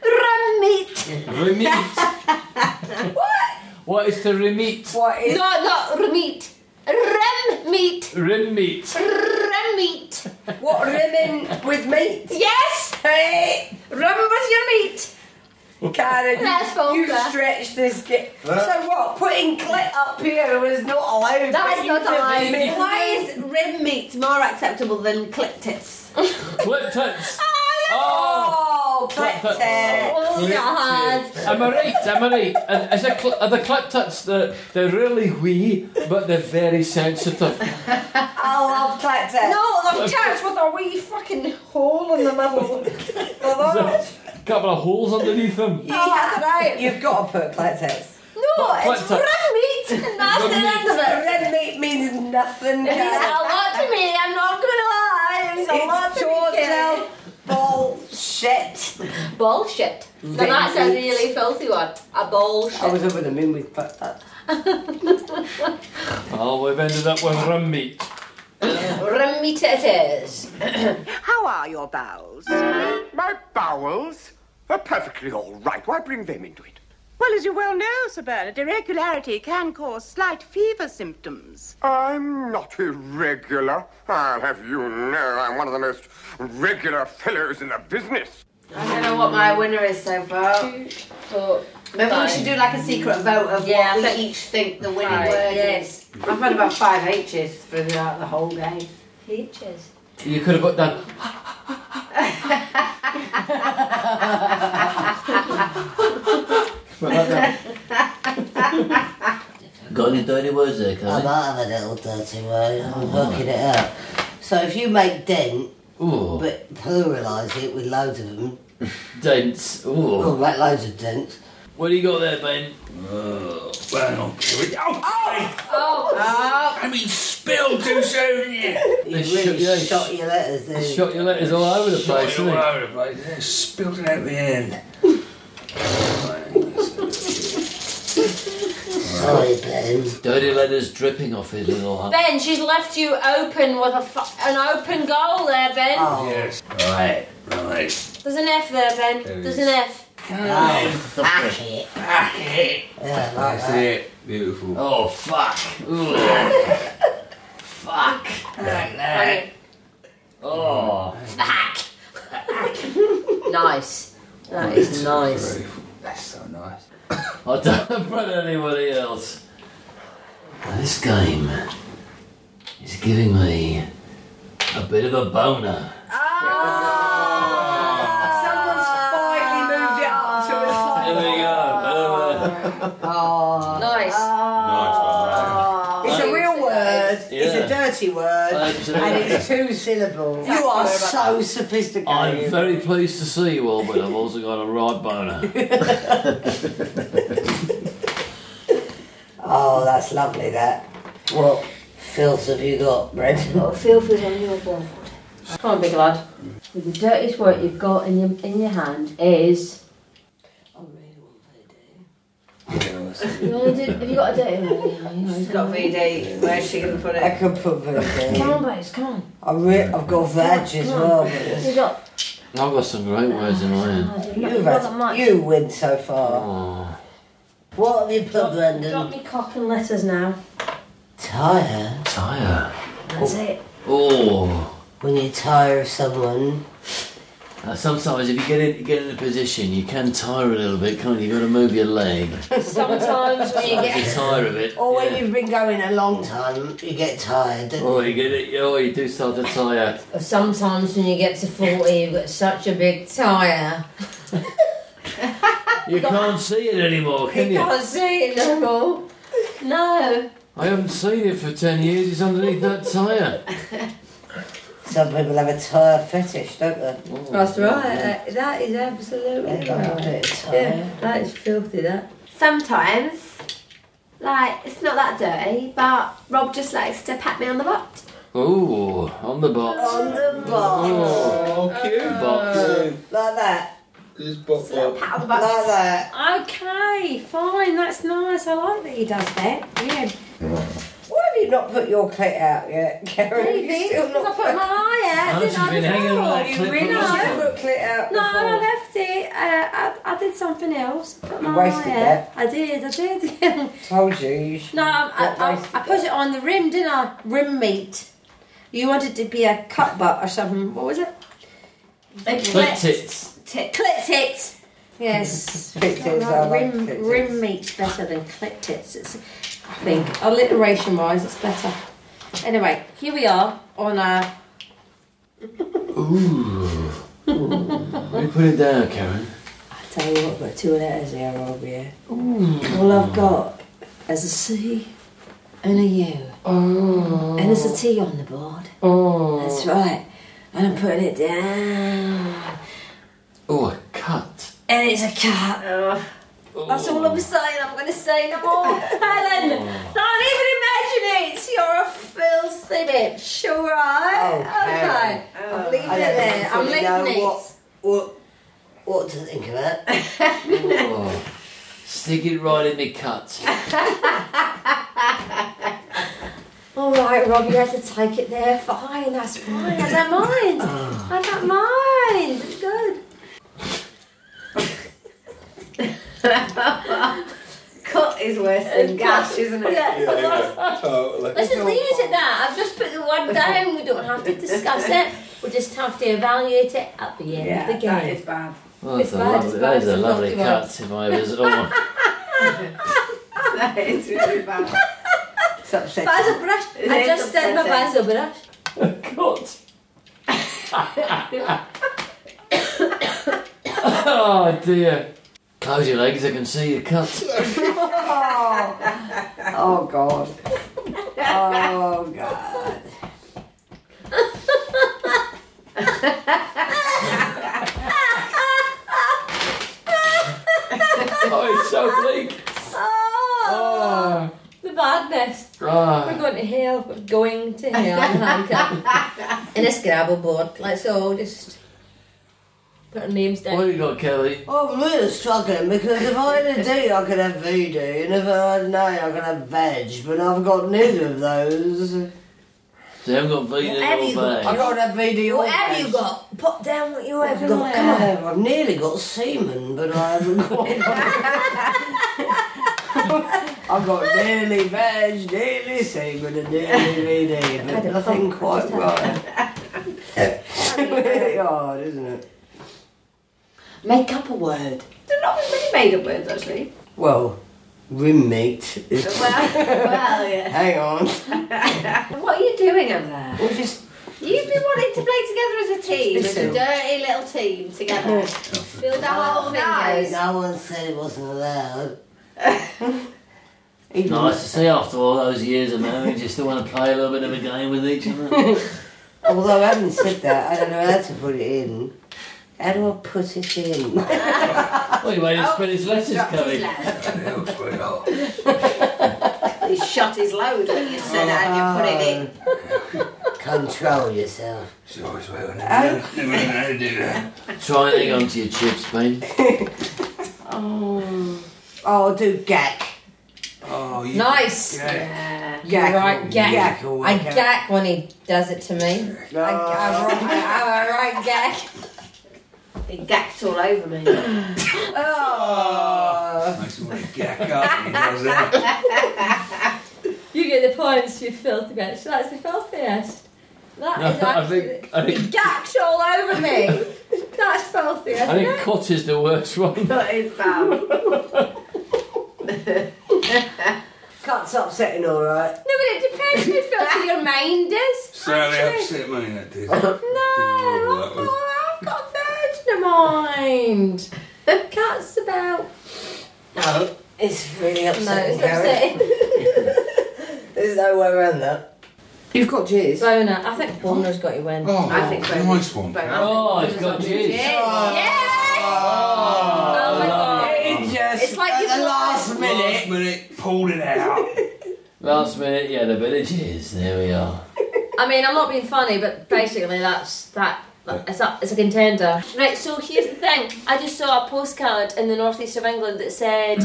Speaker 4: rum meat.
Speaker 2: in. Remit. What is the remit?
Speaker 12: What is...
Speaker 4: No, not rum meat. Rum meat.
Speaker 2: Remit.
Speaker 4: Rum meat.
Speaker 12: What rimming with meat?
Speaker 4: Yes.
Speaker 12: Hey!
Speaker 4: Rum with your meat.
Speaker 17: Karen,
Speaker 12: That's vulgar.
Speaker 17: you stretched this kid.
Speaker 12: That-
Speaker 17: So what? Putting clit up here was not allowed.
Speaker 4: That
Speaker 17: but
Speaker 4: is
Speaker 17: you
Speaker 4: not
Speaker 17: did
Speaker 4: allowed.
Speaker 17: me.
Speaker 4: Why is rib meat more acceptable than clip tits?
Speaker 18: Clip tits.
Speaker 4: Oh,
Speaker 18: clip tits.
Speaker 4: Oh, God.
Speaker 18: Am I right? Am I right? And is it cl- are the clit tits the they're really wee, but they're very sensitive.
Speaker 17: I love clip tits.
Speaker 4: No, the chance with a wee fucking hole in the middle.
Speaker 18: There's a couple of holes underneath them.
Speaker 4: Oh, that's right.
Speaker 17: You've got to put clit tits.
Speaker 4: No,
Speaker 18: But
Speaker 4: Oh, it's
Speaker 18: what-
Speaker 4: red meat, and that's
Speaker 18: Red
Speaker 4: the end of it.
Speaker 17: Red meat means nothing.
Speaker 4: It means
Speaker 17: Karen.
Speaker 4: a lot to me. I'm not gonna lie. It means a
Speaker 17: It's
Speaker 4: lot to me.
Speaker 17: total bullshit.
Speaker 7: Bullshit. Now
Speaker 17: Red
Speaker 7: that's a
Speaker 17: meat.
Speaker 7: really filthy one. A
Speaker 17: I was
Speaker 7: bullshit.
Speaker 17: over the moon with clit tits.
Speaker 18: Oh, we've ended up with rum meat.
Speaker 7: Rummy titties.
Speaker 16: How are your bowels? My bowels are perfectly all right. Why bring them into it?
Speaker 19: Well, as you well know, Sir Bernard, irregularity can cause slight fever symptoms.
Speaker 16: I'm not irregular. I'll have you know I'm one of the most regular fellows in the business.
Speaker 4: I don't know what my winner is so far. Maybe we should do like a secret vote of
Speaker 20: Yeah, I
Speaker 4: what
Speaker 20: think-
Speaker 4: we each think the winning
Speaker 20: Right,
Speaker 4: word
Speaker 20: yes.
Speaker 4: is.
Speaker 20: I've had about five H's throughout the whole game.
Speaker 4: Peaches.
Speaker 18: You could have put that.
Speaker 2: Got any dirty words there,
Speaker 12: I
Speaker 2: Karen?
Speaker 12: might have a little dirty word. I'm working it out. So if you make dent,
Speaker 2: Ooh.
Speaker 12: but pluralise it with loads of them,
Speaker 2: Dents. Ooh.
Speaker 12: oh, make loads of dents.
Speaker 18: What do you got there, Ben?
Speaker 9: Oh, well, okay. with- Oh,
Speaker 4: Oh,
Speaker 9: I mean, spill too soon. Yeah.
Speaker 12: You
Speaker 18: shot-
Speaker 12: really
Speaker 18: yeah,
Speaker 12: shot your letters there.
Speaker 18: They shot your letters all over the place,
Speaker 9: Shot you
Speaker 18: didn't
Speaker 9: all
Speaker 18: they?
Speaker 9: over the place. Yeah, spilled it out the end.
Speaker 12: Sorry, Ben.
Speaker 2: Dirty letters dripping off his little hat.
Speaker 7: Ben, she's left you open with a fu- an open goal there, Ben.
Speaker 2: Yes. Right, right.
Speaker 7: There's an F there, Ben.
Speaker 2: There
Speaker 7: There's
Speaker 2: is.
Speaker 7: an F.
Speaker 2: Oh, fuck
Speaker 12: it.
Speaker 2: Fuck it.
Speaker 12: Yeah,
Speaker 9: That's it. Beautiful.
Speaker 2: Oh, fuck. fuck. Like that. Oh.
Speaker 7: Fuck. nice. That is nice.
Speaker 9: That's so nice.
Speaker 2: I don't put anybody else. Now, This game is giving me a bit of a boner.
Speaker 17: Someone's finally moved it up to a slightly.
Speaker 2: Here we go.
Speaker 7: Oh, Nice.
Speaker 12: Oh,
Speaker 17: It's a real word. It's
Speaker 2: Yeah.
Speaker 17: a dirty word,
Speaker 2: Absolutely.
Speaker 17: and it's two syllables.
Speaker 12: You are so
Speaker 17: sophisticated.
Speaker 2: I'm very pleased to see you all, but I've also got a right boner.
Speaker 12: Oh, that's lovely, that. What filth have you got, Brendan?
Speaker 7: Got filthy on your board. Come on, big lad. The dirtiest word you've got in your in your hand is. You only did, have you got a dirty word? She's
Speaker 20: got VD. Where's she going to put it?
Speaker 12: I could put
Speaker 7: Come
Speaker 12: virgin.
Speaker 7: on, boys, come on.
Speaker 12: I re- I've got veg as well. But
Speaker 7: You
Speaker 12: it's-
Speaker 7: got.
Speaker 2: I've got some great words in my hand.
Speaker 12: You've had, you win so far.
Speaker 2: Oh.
Speaker 12: What have you put,
Speaker 7: Got
Speaker 12: Brendan?
Speaker 7: me cock and letters now.
Speaker 12: Tire.
Speaker 2: Tire.
Speaker 7: That's it.
Speaker 2: Oh.
Speaker 12: When you tire of someone,
Speaker 2: Now, Uh, sometimes if you get in, get in a position, you can tire a little bit, can't you? You've got to move your leg.
Speaker 7: Sometimes when you
Speaker 2: You
Speaker 7: get.
Speaker 2: tire of it.
Speaker 12: or when
Speaker 2: yeah.
Speaker 12: you've been going a long time, you get tired. Don't
Speaker 2: Oh, you get it. Oh, you do start to tire.
Speaker 7: Sometimes when you get to 40, you've got such a big tyre.
Speaker 2: You can't see it anymore,
Speaker 7: You
Speaker 2: can you?
Speaker 7: can't see it no more. No.
Speaker 2: I haven't seen it for ten years. It's underneath that tire.
Speaker 12: Some people have a tire fetish, don't they?
Speaker 7: That's right. That is absolutely right. Yeah, that is filthy, that.
Speaker 4: Sometimes, like, it's not that dirty, but Rob just likes to pat me on the butt.
Speaker 2: Oh, on the box.
Speaker 12: On the box.
Speaker 2: Oh, cute box.
Speaker 12: Like that.
Speaker 21: Who's bop bop?
Speaker 4: Pat on the
Speaker 12: Like
Speaker 4: butt.
Speaker 12: that.
Speaker 7: Okay, fine, that's nice. I like that he does that. Yeah.
Speaker 12: Why have you not put your clit out yet, Karen?
Speaker 7: Maybe,
Speaker 12: You're still
Speaker 7: because I
Speaker 12: not
Speaker 7: put my eye out,
Speaker 18: Alex
Speaker 7: didn't
Speaker 18: has
Speaker 7: I?
Speaker 18: been hanging on that
Speaker 7: before?
Speaker 18: clip for
Speaker 7: You
Speaker 18: lots of
Speaker 7: know.
Speaker 18: time.
Speaker 12: put clit out
Speaker 7: No,
Speaker 12: before.
Speaker 7: I left it. Uh, I, I did something else. I put my
Speaker 12: You wasted
Speaker 7: eye out. I did, I did.
Speaker 12: Told you. you should-
Speaker 7: no, I,
Speaker 12: Not
Speaker 7: I,
Speaker 12: wasted
Speaker 7: I, I put it on the rim, didn't I? Rim meat. You wanted to be a cut butt or something. What was it?
Speaker 4: The
Speaker 2: Clit tits.
Speaker 4: Tit.
Speaker 7: Clit tits. Yes.
Speaker 22: Clipped
Speaker 7: I
Speaker 22: ears, I like
Speaker 7: rim,
Speaker 22: clipped
Speaker 7: rim meat's better than clipped tits, it's, I think. Alliteration wise, it's better. Anyway, here we are on our.
Speaker 2: Ooh. Let me put it down, Karen.
Speaker 23: Tell you what, got two letters here, over here. All I've got is a C and a U. Oh. And there's a T on the board. Oh. That's right. And I'm putting it down.
Speaker 2: Oh, a cut.
Speaker 23: And it's a cat. Oh.
Speaker 7: That's all I'm saying, I'm going to say no more. Helen, don't even imagine it. You're a filthy bitch, alright?
Speaker 12: Okay.
Speaker 4: Oh.
Speaker 7: I'm leaving
Speaker 12: I
Speaker 7: it
Speaker 12: don't
Speaker 7: there. I'm
Speaker 12: really know
Speaker 7: leaving it.
Speaker 12: what, what, what to think of that.
Speaker 2: Oh. Stick it right in me cut.
Speaker 7: All right, Rob, you had to take it there. Fine, that's fine. I don't mind. I don't mind. It's good.
Speaker 4: Cut is worse than gash, isn't it?
Speaker 7: Yeah.
Speaker 24: Totally.
Speaker 7: Let's just leave it at that. I've just put the one down. We don't have to discuss it. We just have to evaluate it at the end of the game.
Speaker 4: that is bad.
Speaker 2: Well, that's
Speaker 7: It's
Speaker 2: a
Speaker 7: bad,
Speaker 2: lovely,
Speaker 7: it's
Speaker 2: that
Speaker 7: bad,
Speaker 2: is a
Speaker 7: it's a
Speaker 2: lovely
Speaker 7: lovely one.
Speaker 2: cut if I was oh,
Speaker 4: That is really bad.
Speaker 12: It's upsetting.
Speaker 7: Basil brush.
Speaker 4: It
Speaker 7: I
Speaker 4: is
Speaker 7: just said my
Speaker 4: upsetting.
Speaker 7: basil brush.
Speaker 2: cut. oh dear. Close your legs, I can see your cut.
Speaker 22: Oh God. Oh God.
Speaker 2: oh, it's so bleak.
Speaker 7: Oh, the badness.
Speaker 2: Ah.
Speaker 7: We're going to hell. We're going to hell. Hancock. In a Scrabble board. Like so, just put our names down.
Speaker 2: What have you got, Kelly?
Speaker 12: Oh, I'm really struggling because if I had a D, I could have voodoo, and if I had an A, I could have veg, but I've got neither of those.
Speaker 2: They haven't got vegan
Speaker 12: What have
Speaker 2: all
Speaker 12: you got?
Speaker 2: day.
Speaker 12: I've got that VD
Speaker 7: What
Speaker 12: or
Speaker 7: have you
Speaker 12: veg.
Speaker 7: got? Put down what you have
Speaker 12: I've got, come
Speaker 7: got.
Speaker 12: on, I've nearly got semen, but I haven't got. I've got nearly veg, nearly semen, and nearly VD, but nothing quite right. it's really hard, isn't it? Make up a word.
Speaker 4: They're not really made up words, actually.
Speaker 12: Well, roommate. is-
Speaker 4: Well, well, yeah.
Speaker 12: Hang on.
Speaker 4: What are you doing over there?
Speaker 12: We'll just
Speaker 4: You've been wanting to play together as a team, as a
Speaker 12: Listen.
Speaker 4: dirty little team together. Build our whole thing, guys.
Speaker 12: No one said it wasn't allowed.
Speaker 2: Nice to see after all those years of marriage, you still want to play a little bit of a game with each other.
Speaker 12: Although having said that, I don't know how to put it in. How do I put it in?
Speaker 2: well, you made him spread his letters, Kelly.
Speaker 4: He shot his load when you said that and you put it
Speaker 12: Control yourself.
Speaker 9: It's always well.
Speaker 7: Uh,
Speaker 9: Never, never know how to do that.
Speaker 2: Try and hang on to your chips, Ben.
Speaker 12: Oh, I'll do gack.
Speaker 9: Oh, you
Speaker 7: Nice.
Speaker 9: Yeah.
Speaker 12: Gack.
Speaker 7: Right, gack.
Speaker 12: Gack will work
Speaker 7: I
Speaker 12: out.
Speaker 7: gack when he does it to me.
Speaker 12: No.
Speaker 7: I, I'm, right, I'm a right gack.
Speaker 4: in. He gacked all over me.
Speaker 12: Oh.
Speaker 9: Makes me want to gack up. when he does that.
Speaker 7: You get the points, you filthy bitch. That's the filthiest. That is
Speaker 2: No, I
Speaker 7: actually.
Speaker 2: think I
Speaker 7: He
Speaker 2: think
Speaker 7: gacked all over me. That's filthy.
Speaker 2: I
Speaker 7: Isn't
Speaker 2: think
Speaker 7: it?
Speaker 2: cut is the worst one.
Speaker 4: that is bad.
Speaker 12: Cut's upsetting, alright.
Speaker 7: No, but it depends how filthy your mind is.
Speaker 9: Sorry,
Speaker 7: actually.
Speaker 9: upset me that did.
Speaker 7: No, I've got, I've got a virgin mind. Cat's about.
Speaker 12: No, it's really
Speaker 7: No,
Speaker 12: upsetting,
Speaker 7: it's
Speaker 12: Gary.
Speaker 7: upsetting.
Speaker 12: There's no way around that. You've got jizz.
Speaker 7: Bona, I think Bona's got you win.
Speaker 9: Oh,
Speaker 4: I think so.
Speaker 9: nice one.
Speaker 4: But I
Speaker 2: Oh,
Speaker 4: think
Speaker 2: it's got
Speaker 4: this is
Speaker 2: jizz.
Speaker 4: jizz.
Speaker 7: Yes!
Speaker 9: Oh,
Speaker 7: Oh my god.
Speaker 12: It just,
Speaker 7: It's like
Speaker 12: at
Speaker 7: you've
Speaker 12: the last
Speaker 9: last
Speaker 12: minute.
Speaker 9: minute, pulled it out.
Speaker 2: Last minute, yeah, the village is. There we are.
Speaker 7: I mean, I'm not being funny, but basically that's that. It's a, it's a contender. Right, so here's the thing. I just saw a postcard in the northeast of England that said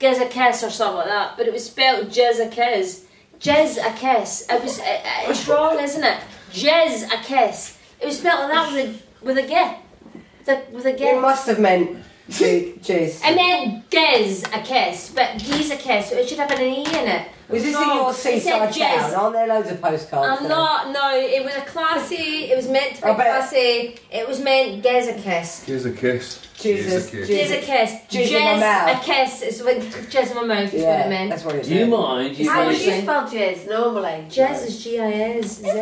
Speaker 7: Giz a kiss or something like that, but it was spelled Jizz a kiss. Jizz a kiss. It was, it, it's wrong, isn't it? Jizz a kiss. It was spelled like that with a, with a G. With a, with a G.
Speaker 22: It must have meant j- jizz.
Speaker 7: And then giz a kiss, but giz a kiss, so it should have an E in it.
Speaker 12: Was this in
Speaker 7: No,
Speaker 12: your
Speaker 7: it said
Speaker 12: seaside
Speaker 7: Jez.
Speaker 12: town? Aren't there loads of postcards?
Speaker 7: I'm
Speaker 12: there?
Speaker 7: not. No, it was a classy. It was meant to be
Speaker 12: I bet-
Speaker 7: classy. It was meant Jez a kiss.
Speaker 9: Here's a kiss.
Speaker 12: Jesus,
Speaker 9: Here's a
Speaker 7: Jez
Speaker 9: kiss.
Speaker 7: a kiss.
Speaker 12: Jizz in my
Speaker 7: Jez
Speaker 12: mouth.
Speaker 7: a kiss. It's like Jez in my mouth. is what it meant.
Speaker 12: That's what it
Speaker 2: Do you mind? You
Speaker 4: How would
Speaker 2: might-
Speaker 4: you spell jizz normally?
Speaker 7: Jez is G I S Z.
Speaker 4: it?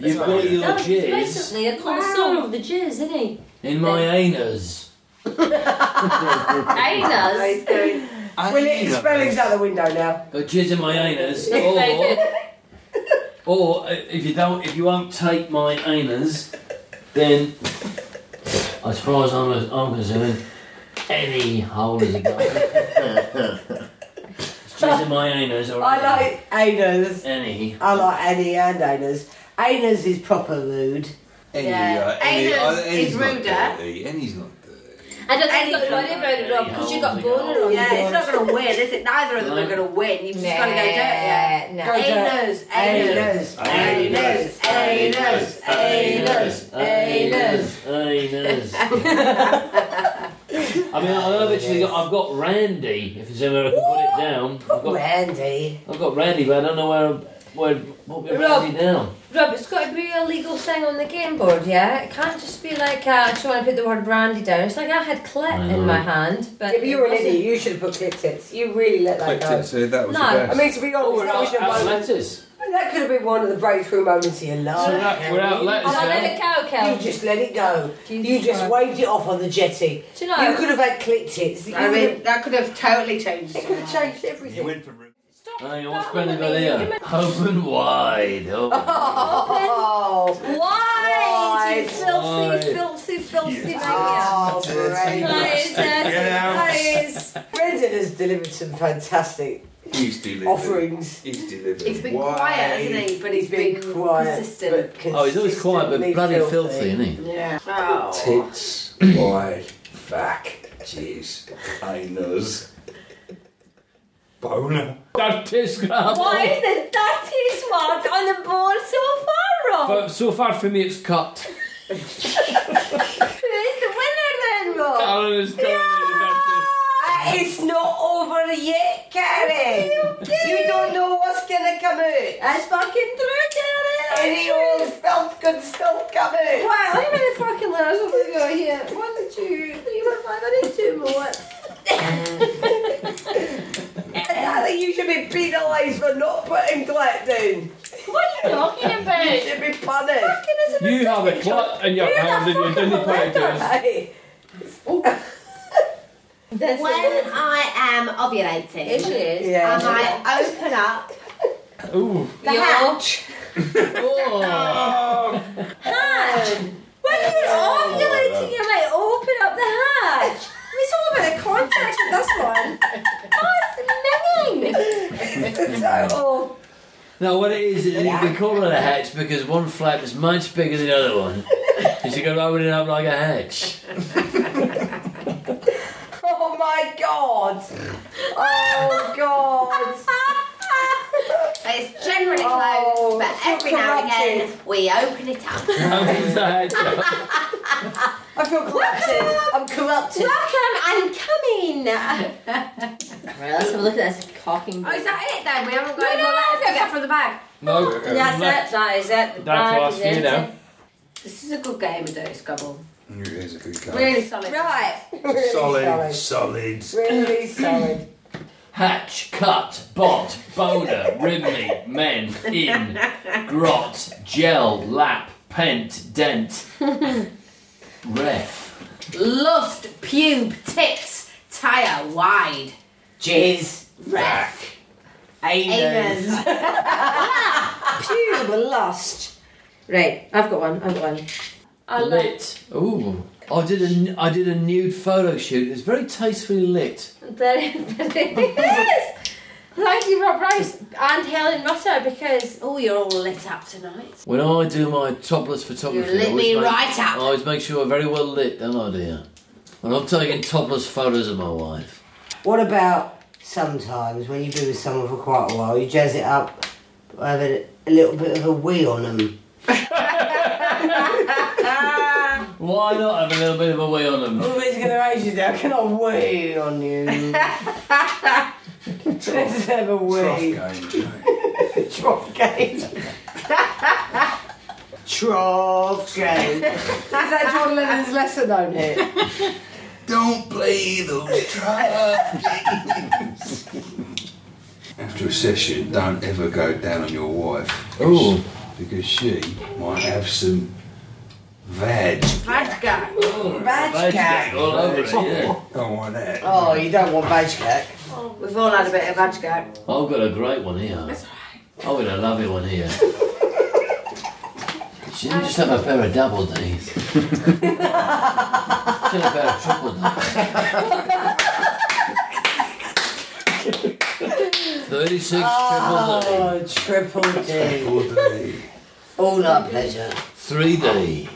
Speaker 2: You've got your
Speaker 7: No, he's
Speaker 2: jizz
Speaker 7: Basically, a console of the jizz, isn't he?
Speaker 2: in my anus.
Speaker 7: Anus.
Speaker 12: Will it, spelling's out the window now.
Speaker 2: Got jizz in my anus. Or,
Speaker 7: David,
Speaker 2: or uh, if you don't, if you won't take my anus, then as far as I'm, I'm concerned, any hole is a go. It's jizz in my anus or
Speaker 12: I like anus.
Speaker 2: any.
Speaker 12: I like Annie and anus. Anus is proper rude.
Speaker 9: Any,
Speaker 4: Yeah.
Speaker 9: uh, any,
Speaker 4: Anus
Speaker 9: uh, any's
Speaker 4: is
Speaker 9: not
Speaker 4: ruder.
Speaker 9: dirty, Any's not
Speaker 7: I don't think you've got to worry about it, Rob, because you got boner on
Speaker 4: Yeah, it's
Speaker 7: you.
Speaker 4: not going to win, is it? Neither of them are going to win. You've just got to go dirty. Yeah.
Speaker 7: Nah.
Speaker 12: Go dirty.
Speaker 4: Anus, anus,
Speaker 12: Anus.
Speaker 4: anus, anus, anus, anus.
Speaker 2: Anus. I mean, I've actually got, I've got Randy, if there's anywhere I can put it down. I've got,
Speaker 12: Randy.
Speaker 2: I've got Randy, but I don't know where, where, what we're
Speaker 7: Rob.
Speaker 2: Randy down.
Speaker 7: Rob, it's got to be a legal thing on the game board, yeah? It can't just be like, uh, I just want to put the word brandy down. It's like I had clit in my hand, but.
Speaker 12: If you
Speaker 7: it
Speaker 12: were an
Speaker 7: wasn't.
Speaker 12: idiot, you should have put clit tits. You really let that
Speaker 9: dirty.
Speaker 4: uh,
Speaker 12: go.
Speaker 9: So that was
Speaker 7: No.
Speaker 9: the
Speaker 12: I
Speaker 9: best.
Speaker 12: mean, to be honest,
Speaker 2: Oh, we're
Speaker 12: that,
Speaker 2: out,
Speaker 12: was your
Speaker 2: out
Speaker 12: moment.
Speaker 2: letters.
Speaker 12: that could have been one of the breakthrough moments in your life.
Speaker 2: We're out, we're out letters
Speaker 7: Oh, I let
Speaker 2: now.
Speaker 7: it go,
Speaker 12: You
Speaker 7: Kel.
Speaker 12: just let it go.
Speaker 7: Jesus
Speaker 12: you just
Speaker 7: Christ.
Speaker 12: waved it off on the jetty.
Speaker 7: Do you know-
Speaker 12: You could have had clit tits. You
Speaker 4: I
Speaker 12: would have-
Speaker 4: mean, that could have totally changed.
Speaker 12: it could have changed everything.
Speaker 9: You went for root.
Speaker 2: Hey, what's Brendan got here? Open wide. Oh.
Speaker 12: Oh,
Speaker 7: Why? You
Speaker 2: Why?
Speaker 7: filthy, filthy, filthy
Speaker 9: Yes.
Speaker 7: maniac.
Speaker 12: oh,
Speaker 9: Right.
Speaker 12: Brendan.
Speaker 7: Guys, guys, guys.
Speaker 12: Brendan has delivered some fantastic
Speaker 9: He's delivered.
Speaker 12: offerings.
Speaker 9: He's delivered.
Speaker 4: He's been
Speaker 9: Why?
Speaker 4: quiet, hasn't he? But he's been,
Speaker 12: quiet,
Speaker 4: consistent.
Speaker 12: but
Speaker 2: oh, he's always quiet, but
Speaker 12: consistently
Speaker 2: bloody filthy, isn't he?
Speaker 4: Yeah. Oh.
Speaker 9: Tits wide back. Jeez. Anus. Boner.
Speaker 25: That is crap.
Speaker 7: What is the dirtiest word on the board so far, Rob?
Speaker 25: But so far for me, it's cut.
Speaker 7: Who is the winner then, Rob?
Speaker 25: Alan has got it.
Speaker 12: Ah, It's not over yet, Karen. you don't know what's gonna come out.
Speaker 7: That's fucking true, Karen.
Speaker 12: Any old felt could still come out.
Speaker 7: Why? Look at the fucking letters over go here. One, two, three, one, five. I need two more.
Speaker 12: I think you should be penalised for not putting clit down.
Speaker 7: What are you talking
Speaker 12: You
Speaker 7: about?
Speaker 12: should be punished.
Speaker 25: You have a clut in your hand and you're doing the podcast.
Speaker 12: Aye.
Speaker 7: That's
Speaker 4: When I am ovulating,
Speaker 7: It is.
Speaker 12: Yeah.
Speaker 4: and I open up
Speaker 25: Ooh.
Speaker 4: the hatch,
Speaker 2: Oh.
Speaker 7: Hatch. When you're
Speaker 12: Oh.
Speaker 7: ovulating, you might open up the hatch. It's all about the context of this one. Oh, it's minging.
Speaker 12: So,
Speaker 2: No, what it is, is you can call it a hatch because one flap is much bigger than the other one. And you can open it up like a hatch.
Speaker 12: oh my god. Oh god.
Speaker 4: it's generally closed,
Speaker 12: Oh,
Speaker 4: but
Speaker 12: I feel
Speaker 4: every now and
Speaker 12: corrupted.
Speaker 4: again we open it up.
Speaker 25: Opens the hatch up.
Speaker 12: I feel corrupted. I'm corrupted.
Speaker 7: Welcome, I'm coming.
Speaker 26: let's have a look at this cocking.
Speaker 4: Oh, is that it then? We haven't got
Speaker 7: No,
Speaker 4: any more
Speaker 7: no,
Speaker 4: letters to
Speaker 7: no.
Speaker 4: get from the bag.
Speaker 25: No.
Speaker 7: That's it. That is it. The
Speaker 25: That's
Speaker 7: bag
Speaker 25: last
Speaker 7: is
Speaker 25: for you
Speaker 7: empty.
Speaker 25: now.
Speaker 4: This is a good game of Dirty Scrabble.
Speaker 9: It is a good guy.
Speaker 4: Really solid.
Speaker 7: Right.
Speaker 12: Really
Speaker 9: Solid.
Speaker 12: solid.
Speaker 9: Solid.
Speaker 12: Really solid.
Speaker 2: Hatch, cut, bot, boulder, rimley, men, in, grot, gel, lap, pent, dent, ref.
Speaker 4: Lust, pube, tits, tire, wide.
Speaker 12: Jizz.
Speaker 4: Ref.
Speaker 12: Anus.
Speaker 4: Anus.
Speaker 26: Phew, we're lost. Right, I've got one. I've got one.
Speaker 7: I love
Speaker 2: Lit. Ooh. I did a, I did a nude photo shoot. It's very tastefully lit.
Speaker 7: Very, very yes. Thank you, Rob Rice and Helen Rutter, because oh, you're all lit up tonight.
Speaker 2: When I do my topless photography,
Speaker 4: You lit
Speaker 2: I, always
Speaker 4: me
Speaker 2: make,
Speaker 4: right up.
Speaker 2: I always make sure I'm very well lit, don't I, dear? When I'm taking topless photos of my wife.
Speaker 12: What about sometimes when you've been with someone for quite a while, you jazz it up have a, a little bit of a wee on them?
Speaker 2: Why not have a little bit of a wee on them?
Speaker 12: All going to raise you down. Can I wee on you?
Speaker 27: Let's have a wee. Trough game. Trough game. Is that John Lennon's lesson on it?
Speaker 9: Don't play those trough games. After a session, don't ever go down on your wife.
Speaker 2: Ooh.
Speaker 9: Because she might have some veg.
Speaker 27: Badger.
Speaker 9: Veg
Speaker 27: Badger.
Speaker 9: gag all over it, yeah.
Speaker 27: Oh.
Speaker 9: Don't want that.
Speaker 27: Oh, you don't want badge cake.
Speaker 4: We've all had a bit of badger.
Speaker 2: I've got a great one here. I've got a lovely one here. She didn't just have a pair of double D's. she had a pair of triple D's. 36 triple
Speaker 27: Oh,
Speaker 2: D.
Speaker 27: triple
Speaker 7: Oh.
Speaker 27: D.
Speaker 9: All day.
Speaker 27: All night pleasure.
Speaker 2: 3D.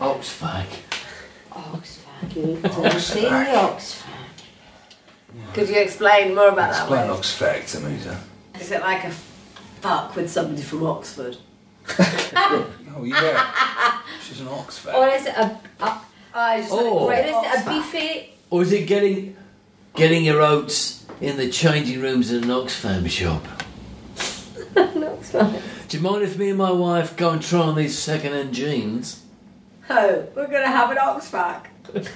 Speaker 2: Oxfag.
Speaker 28: Oxfag. You've never seen the Oxfag.
Speaker 4: Could you explain more about that
Speaker 9: Explain
Speaker 4: one?
Speaker 9: Oxfag to me, sir.
Speaker 4: Is it like a fuck with somebody from Oxford?
Speaker 9: Oh, yeah. She's an Oxfag.
Speaker 7: Or is it a, a
Speaker 4: I just
Speaker 2: Oh.
Speaker 7: or is it a
Speaker 4: Oxford.
Speaker 7: beefy?
Speaker 2: Or is it getting getting your oats in the changing rooms in an Oxfam shop? Do you mind if me and my wife go and try on these second-hand jeans?
Speaker 4: Oh, we're gonna have an Oxfag.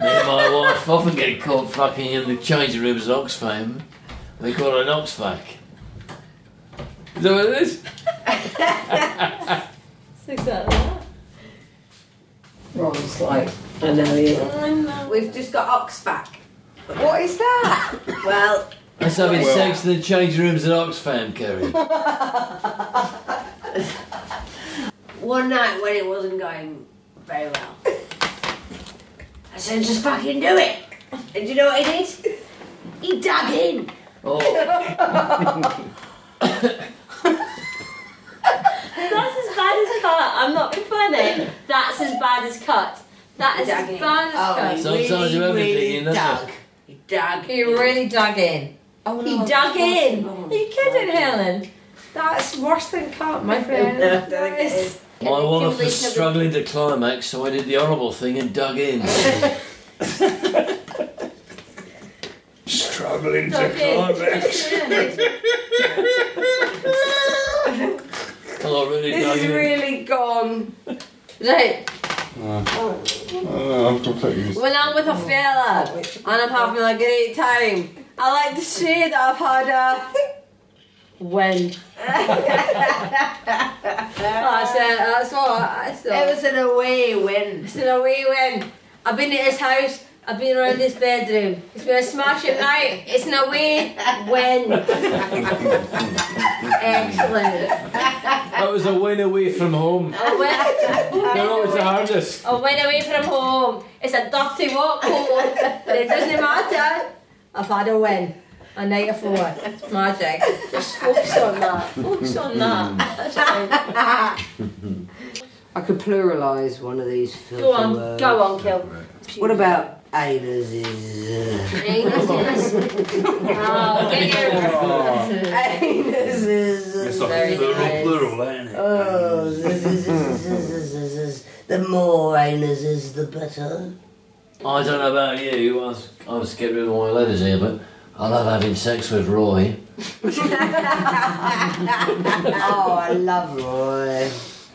Speaker 2: Me and my wife often get caught fucking in the changing rooms at Oxfam. They call it an Oxfac. Is that what it is?
Speaker 7: It's exactly that.
Speaker 27: Ron's like an alien.
Speaker 4: We've just got Oxfag.
Speaker 27: What is that?
Speaker 4: Well,
Speaker 2: That's having
Speaker 4: Well-
Speaker 2: sex in the changing rooms at Oxfam, Kerry.
Speaker 4: one night when it wasn't going very well, I said, just fucking do it. And do you know what he did? He dug in.
Speaker 7: That's as bad as cut. I'm not being funny. That's as bad as cut. That is as
Speaker 4: Dug in.
Speaker 7: bad
Speaker 4: Oh,
Speaker 7: as cut.
Speaker 2: Sometimes you have everything in, doesn't it?
Speaker 4: He dug.
Speaker 7: He really dug in.
Speaker 28: Oh,
Speaker 7: He
Speaker 28: no,
Speaker 7: dug
Speaker 28: it's
Speaker 7: in.
Speaker 28: Oxford.
Speaker 7: Are you kidding, Helen?
Speaker 4: That's worse than cut,
Speaker 7: my friend.
Speaker 4: No, I don't
Speaker 7: That
Speaker 4: think it
Speaker 7: is-
Speaker 4: is.
Speaker 2: My wife was
Speaker 7: Kimberly's never-
Speaker 2: struggling to climax, so I did the horrible thing and dug in.
Speaker 9: Struggling to
Speaker 7: Dug in.
Speaker 9: climax.
Speaker 2: Well, I really
Speaker 27: This
Speaker 2: dug
Speaker 27: is
Speaker 2: in.
Speaker 27: really gone.
Speaker 7: Right,
Speaker 9: Oh, I'm completely.
Speaker 4: When I'm with a fella and I'm having a great time, I like to say that I've had
Speaker 7: uh, when? that's it. That's all. That's
Speaker 4: a.
Speaker 7: all.
Speaker 4: It was an away win.
Speaker 7: It's an away win. I've been at his house. I've been around his bedroom. It's been a smashing night. It's an away win. Excellent.
Speaker 29: That was a win away from home.
Speaker 7: A win.
Speaker 29: They're always the hardest.
Speaker 7: A win Oh, away from home. It's a dirty walk home, but it doesn't matter. I've had a win. A night of four. It's magic. Mm. Just focus on that. Focus on that. That's all.
Speaker 12: I could pluralise one of these filthy
Speaker 7: Go on.
Speaker 12: words.
Speaker 7: Go on, Kill.
Speaker 12: What about anuses?
Speaker 7: Oh, get your
Speaker 12: Anuses.
Speaker 9: It's like plural, plural, ain't it?
Speaker 12: Oh, zzz, zzz, zzz, zzz, zzz, zzz. the more anuses, the better.
Speaker 2: I don't know about you, I was, I was getting rid of all my letters here, but I love having sex with Roy.
Speaker 12: Oh, I love Roy.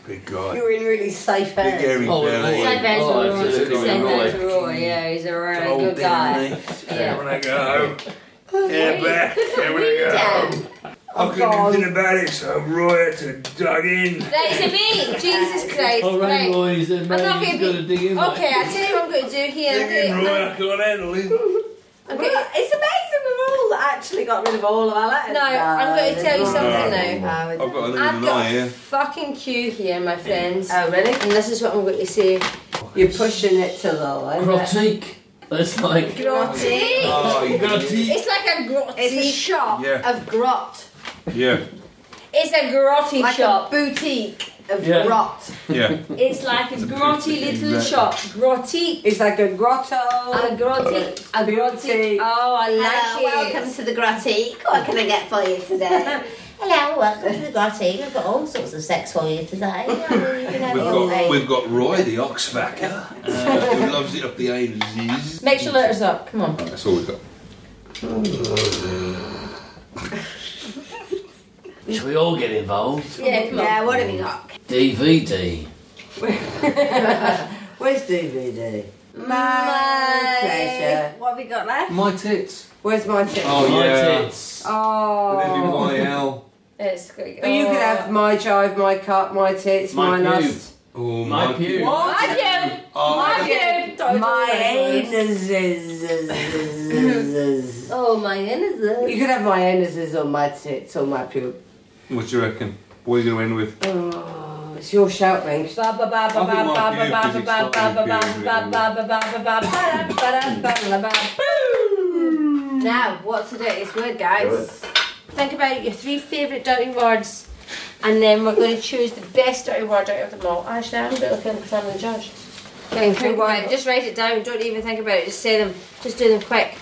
Speaker 9: Big guy.
Speaker 12: You're in really safe
Speaker 9: Big
Speaker 12: hands.
Speaker 9: hairy
Speaker 2: Oh,
Speaker 9: belly.
Speaker 2: really?
Speaker 7: Side bends
Speaker 2: Oh,
Speaker 7: Roy.
Speaker 2: absolutely,
Speaker 7: Side
Speaker 2: Roy.
Speaker 7: bends Roy. Yeah, he's a really
Speaker 9: Old
Speaker 7: good guy.
Speaker 9: Danny.
Speaker 7: Yeah. Oh,
Speaker 9: Yeah, when I go home. Yeah, back. Yeah, when
Speaker 7: Wee
Speaker 9: I
Speaker 7: down.
Speaker 9: go home. I couldn't do nothing about it, so Roy had to dug in.
Speaker 7: Right, it's a me. Jesus Christ.
Speaker 2: All Oh, right,
Speaker 7: Right.
Speaker 2: Roy, he's a
Speaker 7: I'm not
Speaker 2: man,
Speaker 7: going
Speaker 2: he's got to
Speaker 7: to
Speaker 2: dig
Speaker 7: be.
Speaker 2: in. mate.
Speaker 7: Okay, I'll tell you what I'm going to do here.
Speaker 9: Dig in,
Speaker 7: I'm
Speaker 9: Roy. I can't handle it.
Speaker 7: gonna- I'm gonna-
Speaker 4: It's amazing we've all actually got rid of all of our letters.
Speaker 7: No, I'm going to tell you something now.
Speaker 9: I've got a little
Speaker 7: I've
Speaker 9: eye
Speaker 7: got a
Speaker 9: here.
Speaker 7: fucking cue here, my friends.
Speaker 4: Oh, really?
Speaker 7: And this is what I'm going to say.
Speaker 27: You're pushing it to the limit.
Speaker 2: Critique. That's like.
Speaker 7: Grotty.
Speaker 9: Oh, you got a tea?
Speaker 7: It's like a grotty.
Speaker 4: It's a shop
Speaker 9: Yeah.
Speaker 4: of grot,
Speaker 9: Yeah,
Speaker 7: It's a grotty
Speaker 4: like
Speaker 7: shop.
Speaker 4: a boutique of
Speaker 29: Yeah.
Speaker 4: grot.
Speaker 9: yeah.
Speaker 7: It's like a grotty little
Speaker 9: Exactly.
Speaker 7: shop. Grotty.
Speaker 27: It's like a grotto.
Speaker 7: A grotty. A grotty.
Speaker 27: Beauty.
Speaker 7: Oh, I like it.
Speaker 4: to the grotty. What can I get for you today?
Speaker 30: Hello, welcome to the grotty. I've got all sorts of sex for you today. You know, you can have
Speaker 9: We've
Speaker 30: your
Speaker 9: got,
Speaker 30: way.
Speaker 9: we've got Roy, the ox factor, uh, who loves it up the anuses.
Speaker 31: Make sure letter's up. Come on.
Speaker 9: That's all we've got.
Speaker 32: Should we all get involved?
Speaker 4: Yeah, come on. Yeah, what have you got?
Speaker 32: DVD.
Speaker 12: Where's DVD?
Speaker 4: My,
Speaker 12: pleasure.
Speaker 4: What have we got left?
Speaker 8: My tits.
Speaker 12: Where's my tits?
Speaker 8: Oh, My yeah. tits.
Speaker 12: Oh.
Speaker 8: Would it be my L?
Speaker 31: It's good.
Speaker 12: Well, you could have my chive, my cup, my tits, my, lust.
Speaker 9: Oh, my, pube.
Speaker 12: What?
Speaker 31: My pube.
Speaker 12: Oh.
Speaker 31: My pube. Don't do
Speaker 12: My
Speaker 31: those words.
Speaker 12: anuses.
Speaker 30: oh, my innocence.
Speaker 12: You could have my anuses or my tits or my pube.
Speaker 9: What do you reckon? What are you going to end with?
Speaker 12: Oh, it's your shout ring. Ba ba ba
Speaker 9: I'll be
Speaker 12: ba
Speaker 9: my
Speaker 12: ba
Speaker 9: pube,
Speaker 12: ba
Speaker 9: 'cause
Speaker 12: ba
Speaker 9: it's
Speaker 12: ba
Speaker 9: not
Speaker 12: ba
Speaker 9: in
Speaker 12: ba ba
Speaker 9: pube, really.
Speaker 4: Ba, ba, ba, ba, ba, ba, da, ba, da, ba, da, ba, ba. Now, what's the dirtiest word, guys?
Speaker 31: Think about your three favourite dirty words, and then we're going to choose the best dirty word out of them all. Actually, I'm a bit looking because I'm the judge.
Speaker 7: Okay, think about it. Just write it down. Don't even think about it. Just say them. Just do them quick.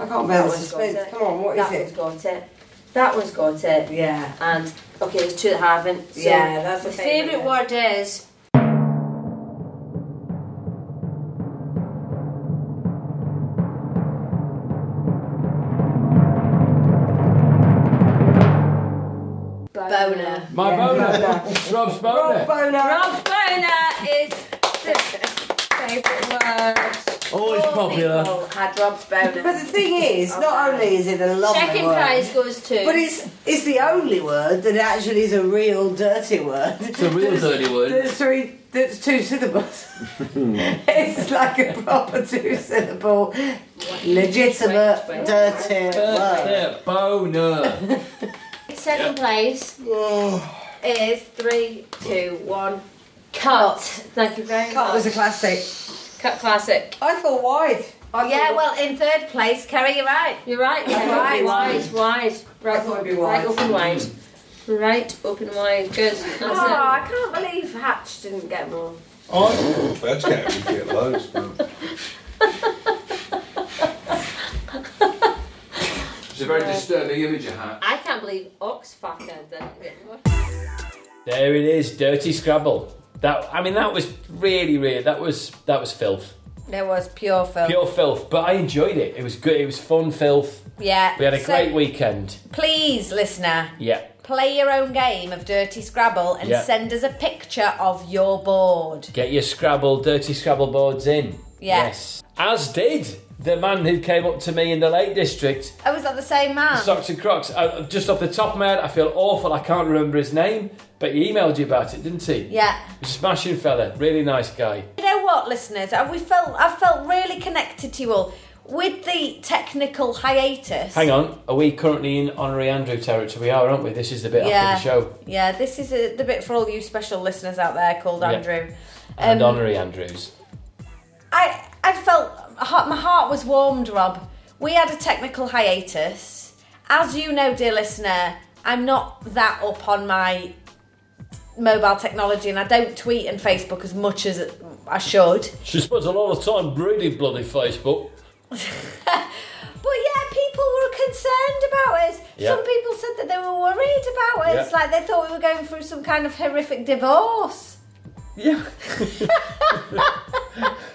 Speaker 12: I can't bear the suspense. Come on, what is
Speaker 7: That one's
Speaker 12: it?
Speaker 7: got it. That one's got it.
Speaker 12: Yeah.
Speaker 7: And okay, there's two that haven't. So
Speaker 12: Yeah, that's
Speaker 7: my
Speaker 12: the thing,
Speaker 7: favourite word is.
Speaker 4: Boner.
Speaker 2: My boner. Rob's boner.
Speaker 12: Oh,
Speaker 4: Rob Boner is the favourite word.
Speaker 32: Always popular.
Speaker 4: People had Rob's Boner.
Speaker 12: But the thing is, not only is it a lovely
Speaker 4: Second
Speaker 12: word,
Speaker 4: prize
Speaker 7: goes to.
Speaker 12: But it's it's the only word that actually is a real dirty word.
Speaker 32: It's a real dirty word.
Speaker 12: There's three. There's two syllables. it's like a proper two syllable, legitimate dirty word.
Speaker 32: Yeah, boner.
Speaker 7: Second place
Speaker 32: Oh.
Speaker 7: is three, two, one. Cut. Thank you very much.
Speaker 12: Cut was a classic.
Speaker 7: Cut classic.
Speaker 12: I thought wide. I
Speaker 7: yeah,
Speaker 12: thought-
Speaker 7: well, in third place, Kerry, you're right. You're right.
Speaker 12: I
Speaker 7: You're
Speaker 12: thought
Speaker 7: right.
Speaker 12: it'd be
Speaker 7: Wide, wide. Right, right, open wide. Right, open wide. Good. That's
Speaker 4: Oh,
Speaker 7: it.
Speaker 4: I can't believe Hatch didn't get more.
Speaker 9: Oh, that's going to get loads, man.
Speaker 8: It's a very disturbing image of hat.
Speaker 7: I can't believe Oxfucker didn't get more.
Speaker 2: There it is, Dirty Scrabble. That I mean, that was really, really that was that was filth,
Speaker 4: There was pure film.
Speaker 2: pure filth. But I enjoyed it. It was good. It was fun filth.
Speaker 4: Yeah.
Speaker 2: We had a
Speaker 4: so
Speaker 2: great weekend.
Speaker 4: Please, listener,
Speaker 2: Yeah.
Speaker 4: play your own game of Dirty Scrabble and
Speaker 2: Yeah.
Speaker 4: send us a picture of your board.
Speaker 2: Get your Scrabble, Dirty Scrabble boards in.
Speaker 4: Yeah.
Speaker 2: Yes. As did the man who came up to me in the Lake District
Speaker 4: Oh, was that the same man?
Speaker 2: Socks and Crocs. I, just off the top of my head, I feel awful. I can't remember his name, but he emailed you about it, didn't he?
Speaker 4: Yeah.
Speaker 2: Smashing fella, really nice guy.
Speaker 4: You know what, listeners? I- We felt I felt really connected to you all with the technical hiatus.
Speaker 2: Hang on, are we currently in honorary Andrew territory? We are, aren't we? This is the bit
Speaker 4: yeah,
Speaker 2: after the show.
Speaker 4: yeah. This is a, the bit for all you special listeners out there called
Speaker 2: Yeah.
Speaker 4: Andrew.
Speaker 2: And
Speaker 4: Um,
Speaker 2: honorary Andrews.
Speaker 4: I I felt heart- my heart was warmed, Rob. We had a technical hiatus. As you know, dear listener, I'm not that up on my mobile technology and I don't tweet and Facebook as much as I should.
Speaker 2: She spends a lot of time breeding bloody Facebook.
Speaker 4: But yeah, people were concerned about us.
Speaker 2: Yeah.
Speaker 4: Some people said that they were worried about us,
Speaker 2: Yeah.
Speaker 4: like they thought we were going through some kind of horrific divorce.
Speaker 2: Yeah.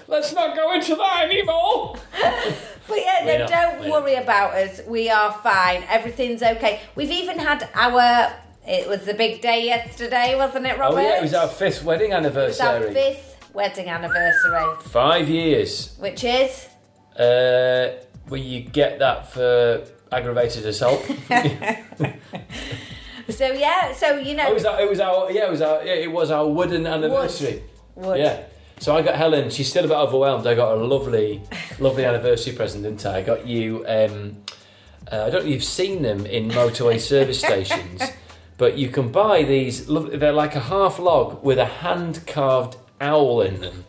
Speaker 2: Let's not go into that anymore.
Speaker 4: But yeah,
Speaker 2: We're
Speaker 4: no,
Speaker 2: not-
Speaker 4: don't
Speaker 2: we're-
Speaker 4: worry about us. We are fine. Everything's okay. We've even had our. It was the big day yesterday, wasn't it,
Speaker 2: Oh
Speaker 4: Robert?
Speaker 2: yeah, it was our fifth wedding
Speaker 4: It was our
Speaker 2: anniversary.
Speaker 4: fifth wedding anniversary,
Speaker 2: Five years.
Speaker 4: which is
Speaker 2: Uh, well, you get that for aggravated assault.
Speaker 4: so. Yeah, so you know.
Speaker 2: It was our, it was our yeah, it was our yeah, it was our wooden anniversary.
Speaker 4: Wood.
Speaker 2: Yeah. So I got Helen. She's still a bit overwhelmed. I got a lovely, lovely anniversary present, didn't I? I got you. Um, uh, I don't know if you've seen them in motorway service stations, but you can buy these. Lovely, they're like a half log with a hand carved owl in them.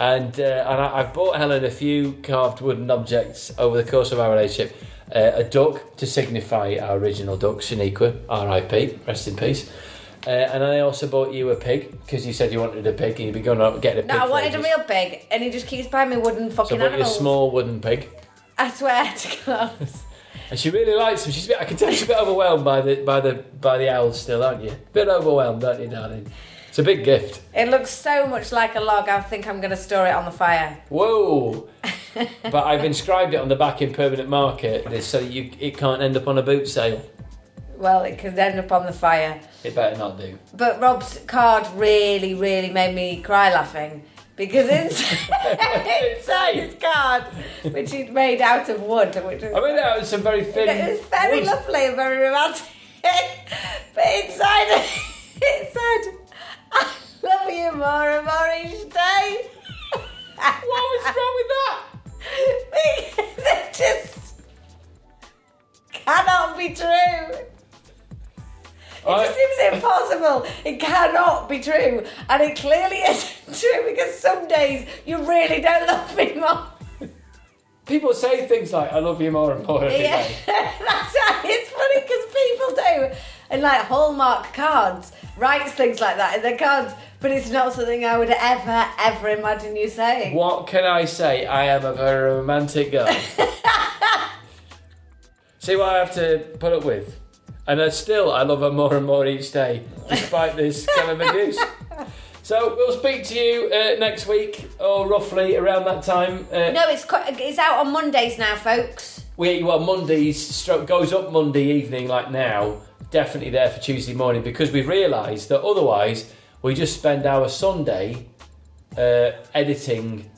Speaker 2: and uh, and I, I've bought Helen a few carved wooden objects over the course of our relationship. Uh, a duck to signify our original duck, Shaniqua, R.I.P. Rest in peace. Uh, and I also bought you a pig because you said you wanted a pig and you've been going out getting a pig.
Speaker 4: No, I
Speaker 2: for
Speaker 4: wanted a
Speaker 2: ages.
Speaker 4: real pig, and he just keeps buying me wooden
Speaker 2: So I
Speaker 4: fucking
Speaker 2: bought you a
Speaker 4: animals.
Speaker 2: small wooden pig.
Speaker 4: I swear to God.
Speaker 2: and she really likes him. She's a bit, I can tell she's a bit overwhelmed by the by the by the owl still, aren't you? Bit overwhelmed, aren't you, darling? It's a big gift.
Speaker 4: It looks so much like a log. I think I'm going to store it on the fire.
Speaker 2: Whoa! but I've inscribed it on the back in permanent marker this- so you it can't end up on a boot sale.
Speaker 4: Well, it could end up on the fire.
Speaker 2: It better not do.
Speaker 4: But Rob's card really, really made me cry laughing because inside, inside his card, which he'd made out of wood, which was,
Speaker 2: I mean, that was some very thin.
Speaker 4: it was very
Speaker 2: wood.
Speaker 4: lovely and very romantic. but inside, it said, "I love you more and more each day." what was wrong with that? because it just cannot be true. It just seems impossible. It cannot be true. And it clearly isn't true because some days you really don't love me more.
Speaker 2: People say things like, I love you more and more every day.
Speaker 4: Yeah. That's right. It's funny because people do. And like Hallmark cards writes things like that in their cards, but it's not something I would ever, ever imagine you saying.
Speaker 2: What can I say? I am a very romantic girl. See what I have to put up with. And I still, I love her more and more each day, despite this kind of abuse. So we'll speak to you uh, next week, or roughly around that time. Uh,
Speaker 4: No, it's quite, it's out on Mondays now, folks.
Speaker 2: We well Mondays stroke goes up Monday evening like now. Definitely there for Tuesday morning because we've realised that otherwise we just spend our Sunday uh, editing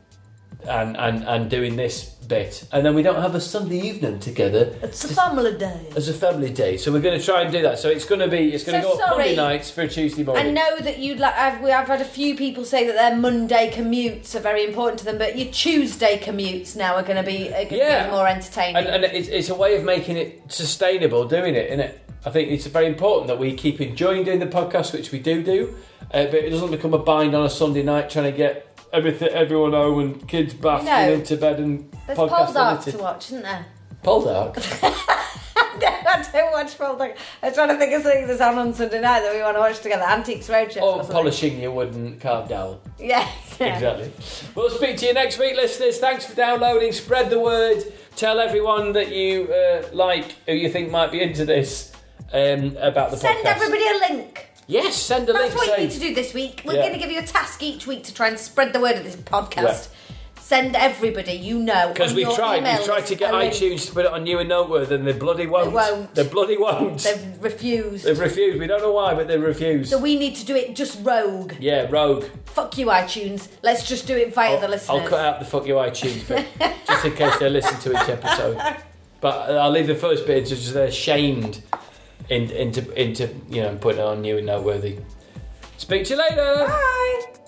Speaker 2: and, and and doing this bit, and then we don't have a Sunday evening together
Speaker 4: It's a family day.
Speaker 2: as a family day. So we're going to try and do that. So it's going to be it's going to
Speaker 4: So
Speaker 2: go up Monday
Speaker 4: sorry.
Speaker 2: nights for Tuesday
Speaker 4: I
Speaker 2: morning.
Speaker 4: know that you like. I've, we- I've had a few people say that their Monday commutes are very important to them, but your Tuesday commutes now are going to be are gonna
Speaker 2: Yeah.
Speaker 4: be more entertaining.
Speaker 2: And, and it's, it's a way of making it sustainable, doing it, isn't it? I think it's very important that we keep enjoying doing the podcast, which we do do, uh, but it doesn't become a bind on a Sunday night trying to get everything, everyone home and kids bathed
Speaker 4: No.
Speaker 2: and into bed and
Speaker 4: There's
Speaker 2: podcast
Speaker 4: Poldark to
Speaker 2: edited.
Speaker 4: watch, isn't there?
Speaker 2: Poldark?
Speaker 4: I don't watch Poldark. I was trying to think of something that's on on Sunday night that we want to watch together. Antiques Roadshow. or something.
Speaker 2: Polishing your wooden carved owl.
Speaker 4: Yeah.
Speaker 2: Oh, Exactly. We'll speak to you next week, listeners. Thanks for downloading. Spread the word. Tell everyone that you uh, like, who you think might be into this, um, about the podcast.
Speaker 4: Send everybody a link.
Speaker 2: Yes, send a
Speaker 4: That's
Speaker 2: link.
Speaker 4: what
Speaker 2: saying-
Speaker 4: you need to do this week. We're
Speaker 2: Yeah.
Speaker 4: going to give you a task each week to try and spread the word of this podcast. Send everybody you know.
Speaker 2: Because
Speaker 4: on
Speaker 2: we
Speaker 4: your
Speaker 2: tried,
Speaker 4: email
Speaker 2: we tried to
Speaker 4: list
Speaker 2: get
Speaker 4: a link.
Speaker 2: iTunes to put it on new and noteworthy, and they bloody won't.
Speaker 4: won't.
Speaker 2: They bloody won't. They've,
Speaker 4: They've refused.
Speaker 2: refused. We don't know why, but they refused.
Speaker 4: So we need to do it just rogue.
Speaker 2: yeah, rogue.
Speaker 4: Fuck you, iTunes. Let's just do it via the listeners.
Speaker 2: I'll cut out the fuck you iTunes bit, just in case they listen to each episode. But I'll leave the first bit just they're shamed in, into into you know putting it on new and noteworthy. Speak to you later.
Speaker 4: Bye.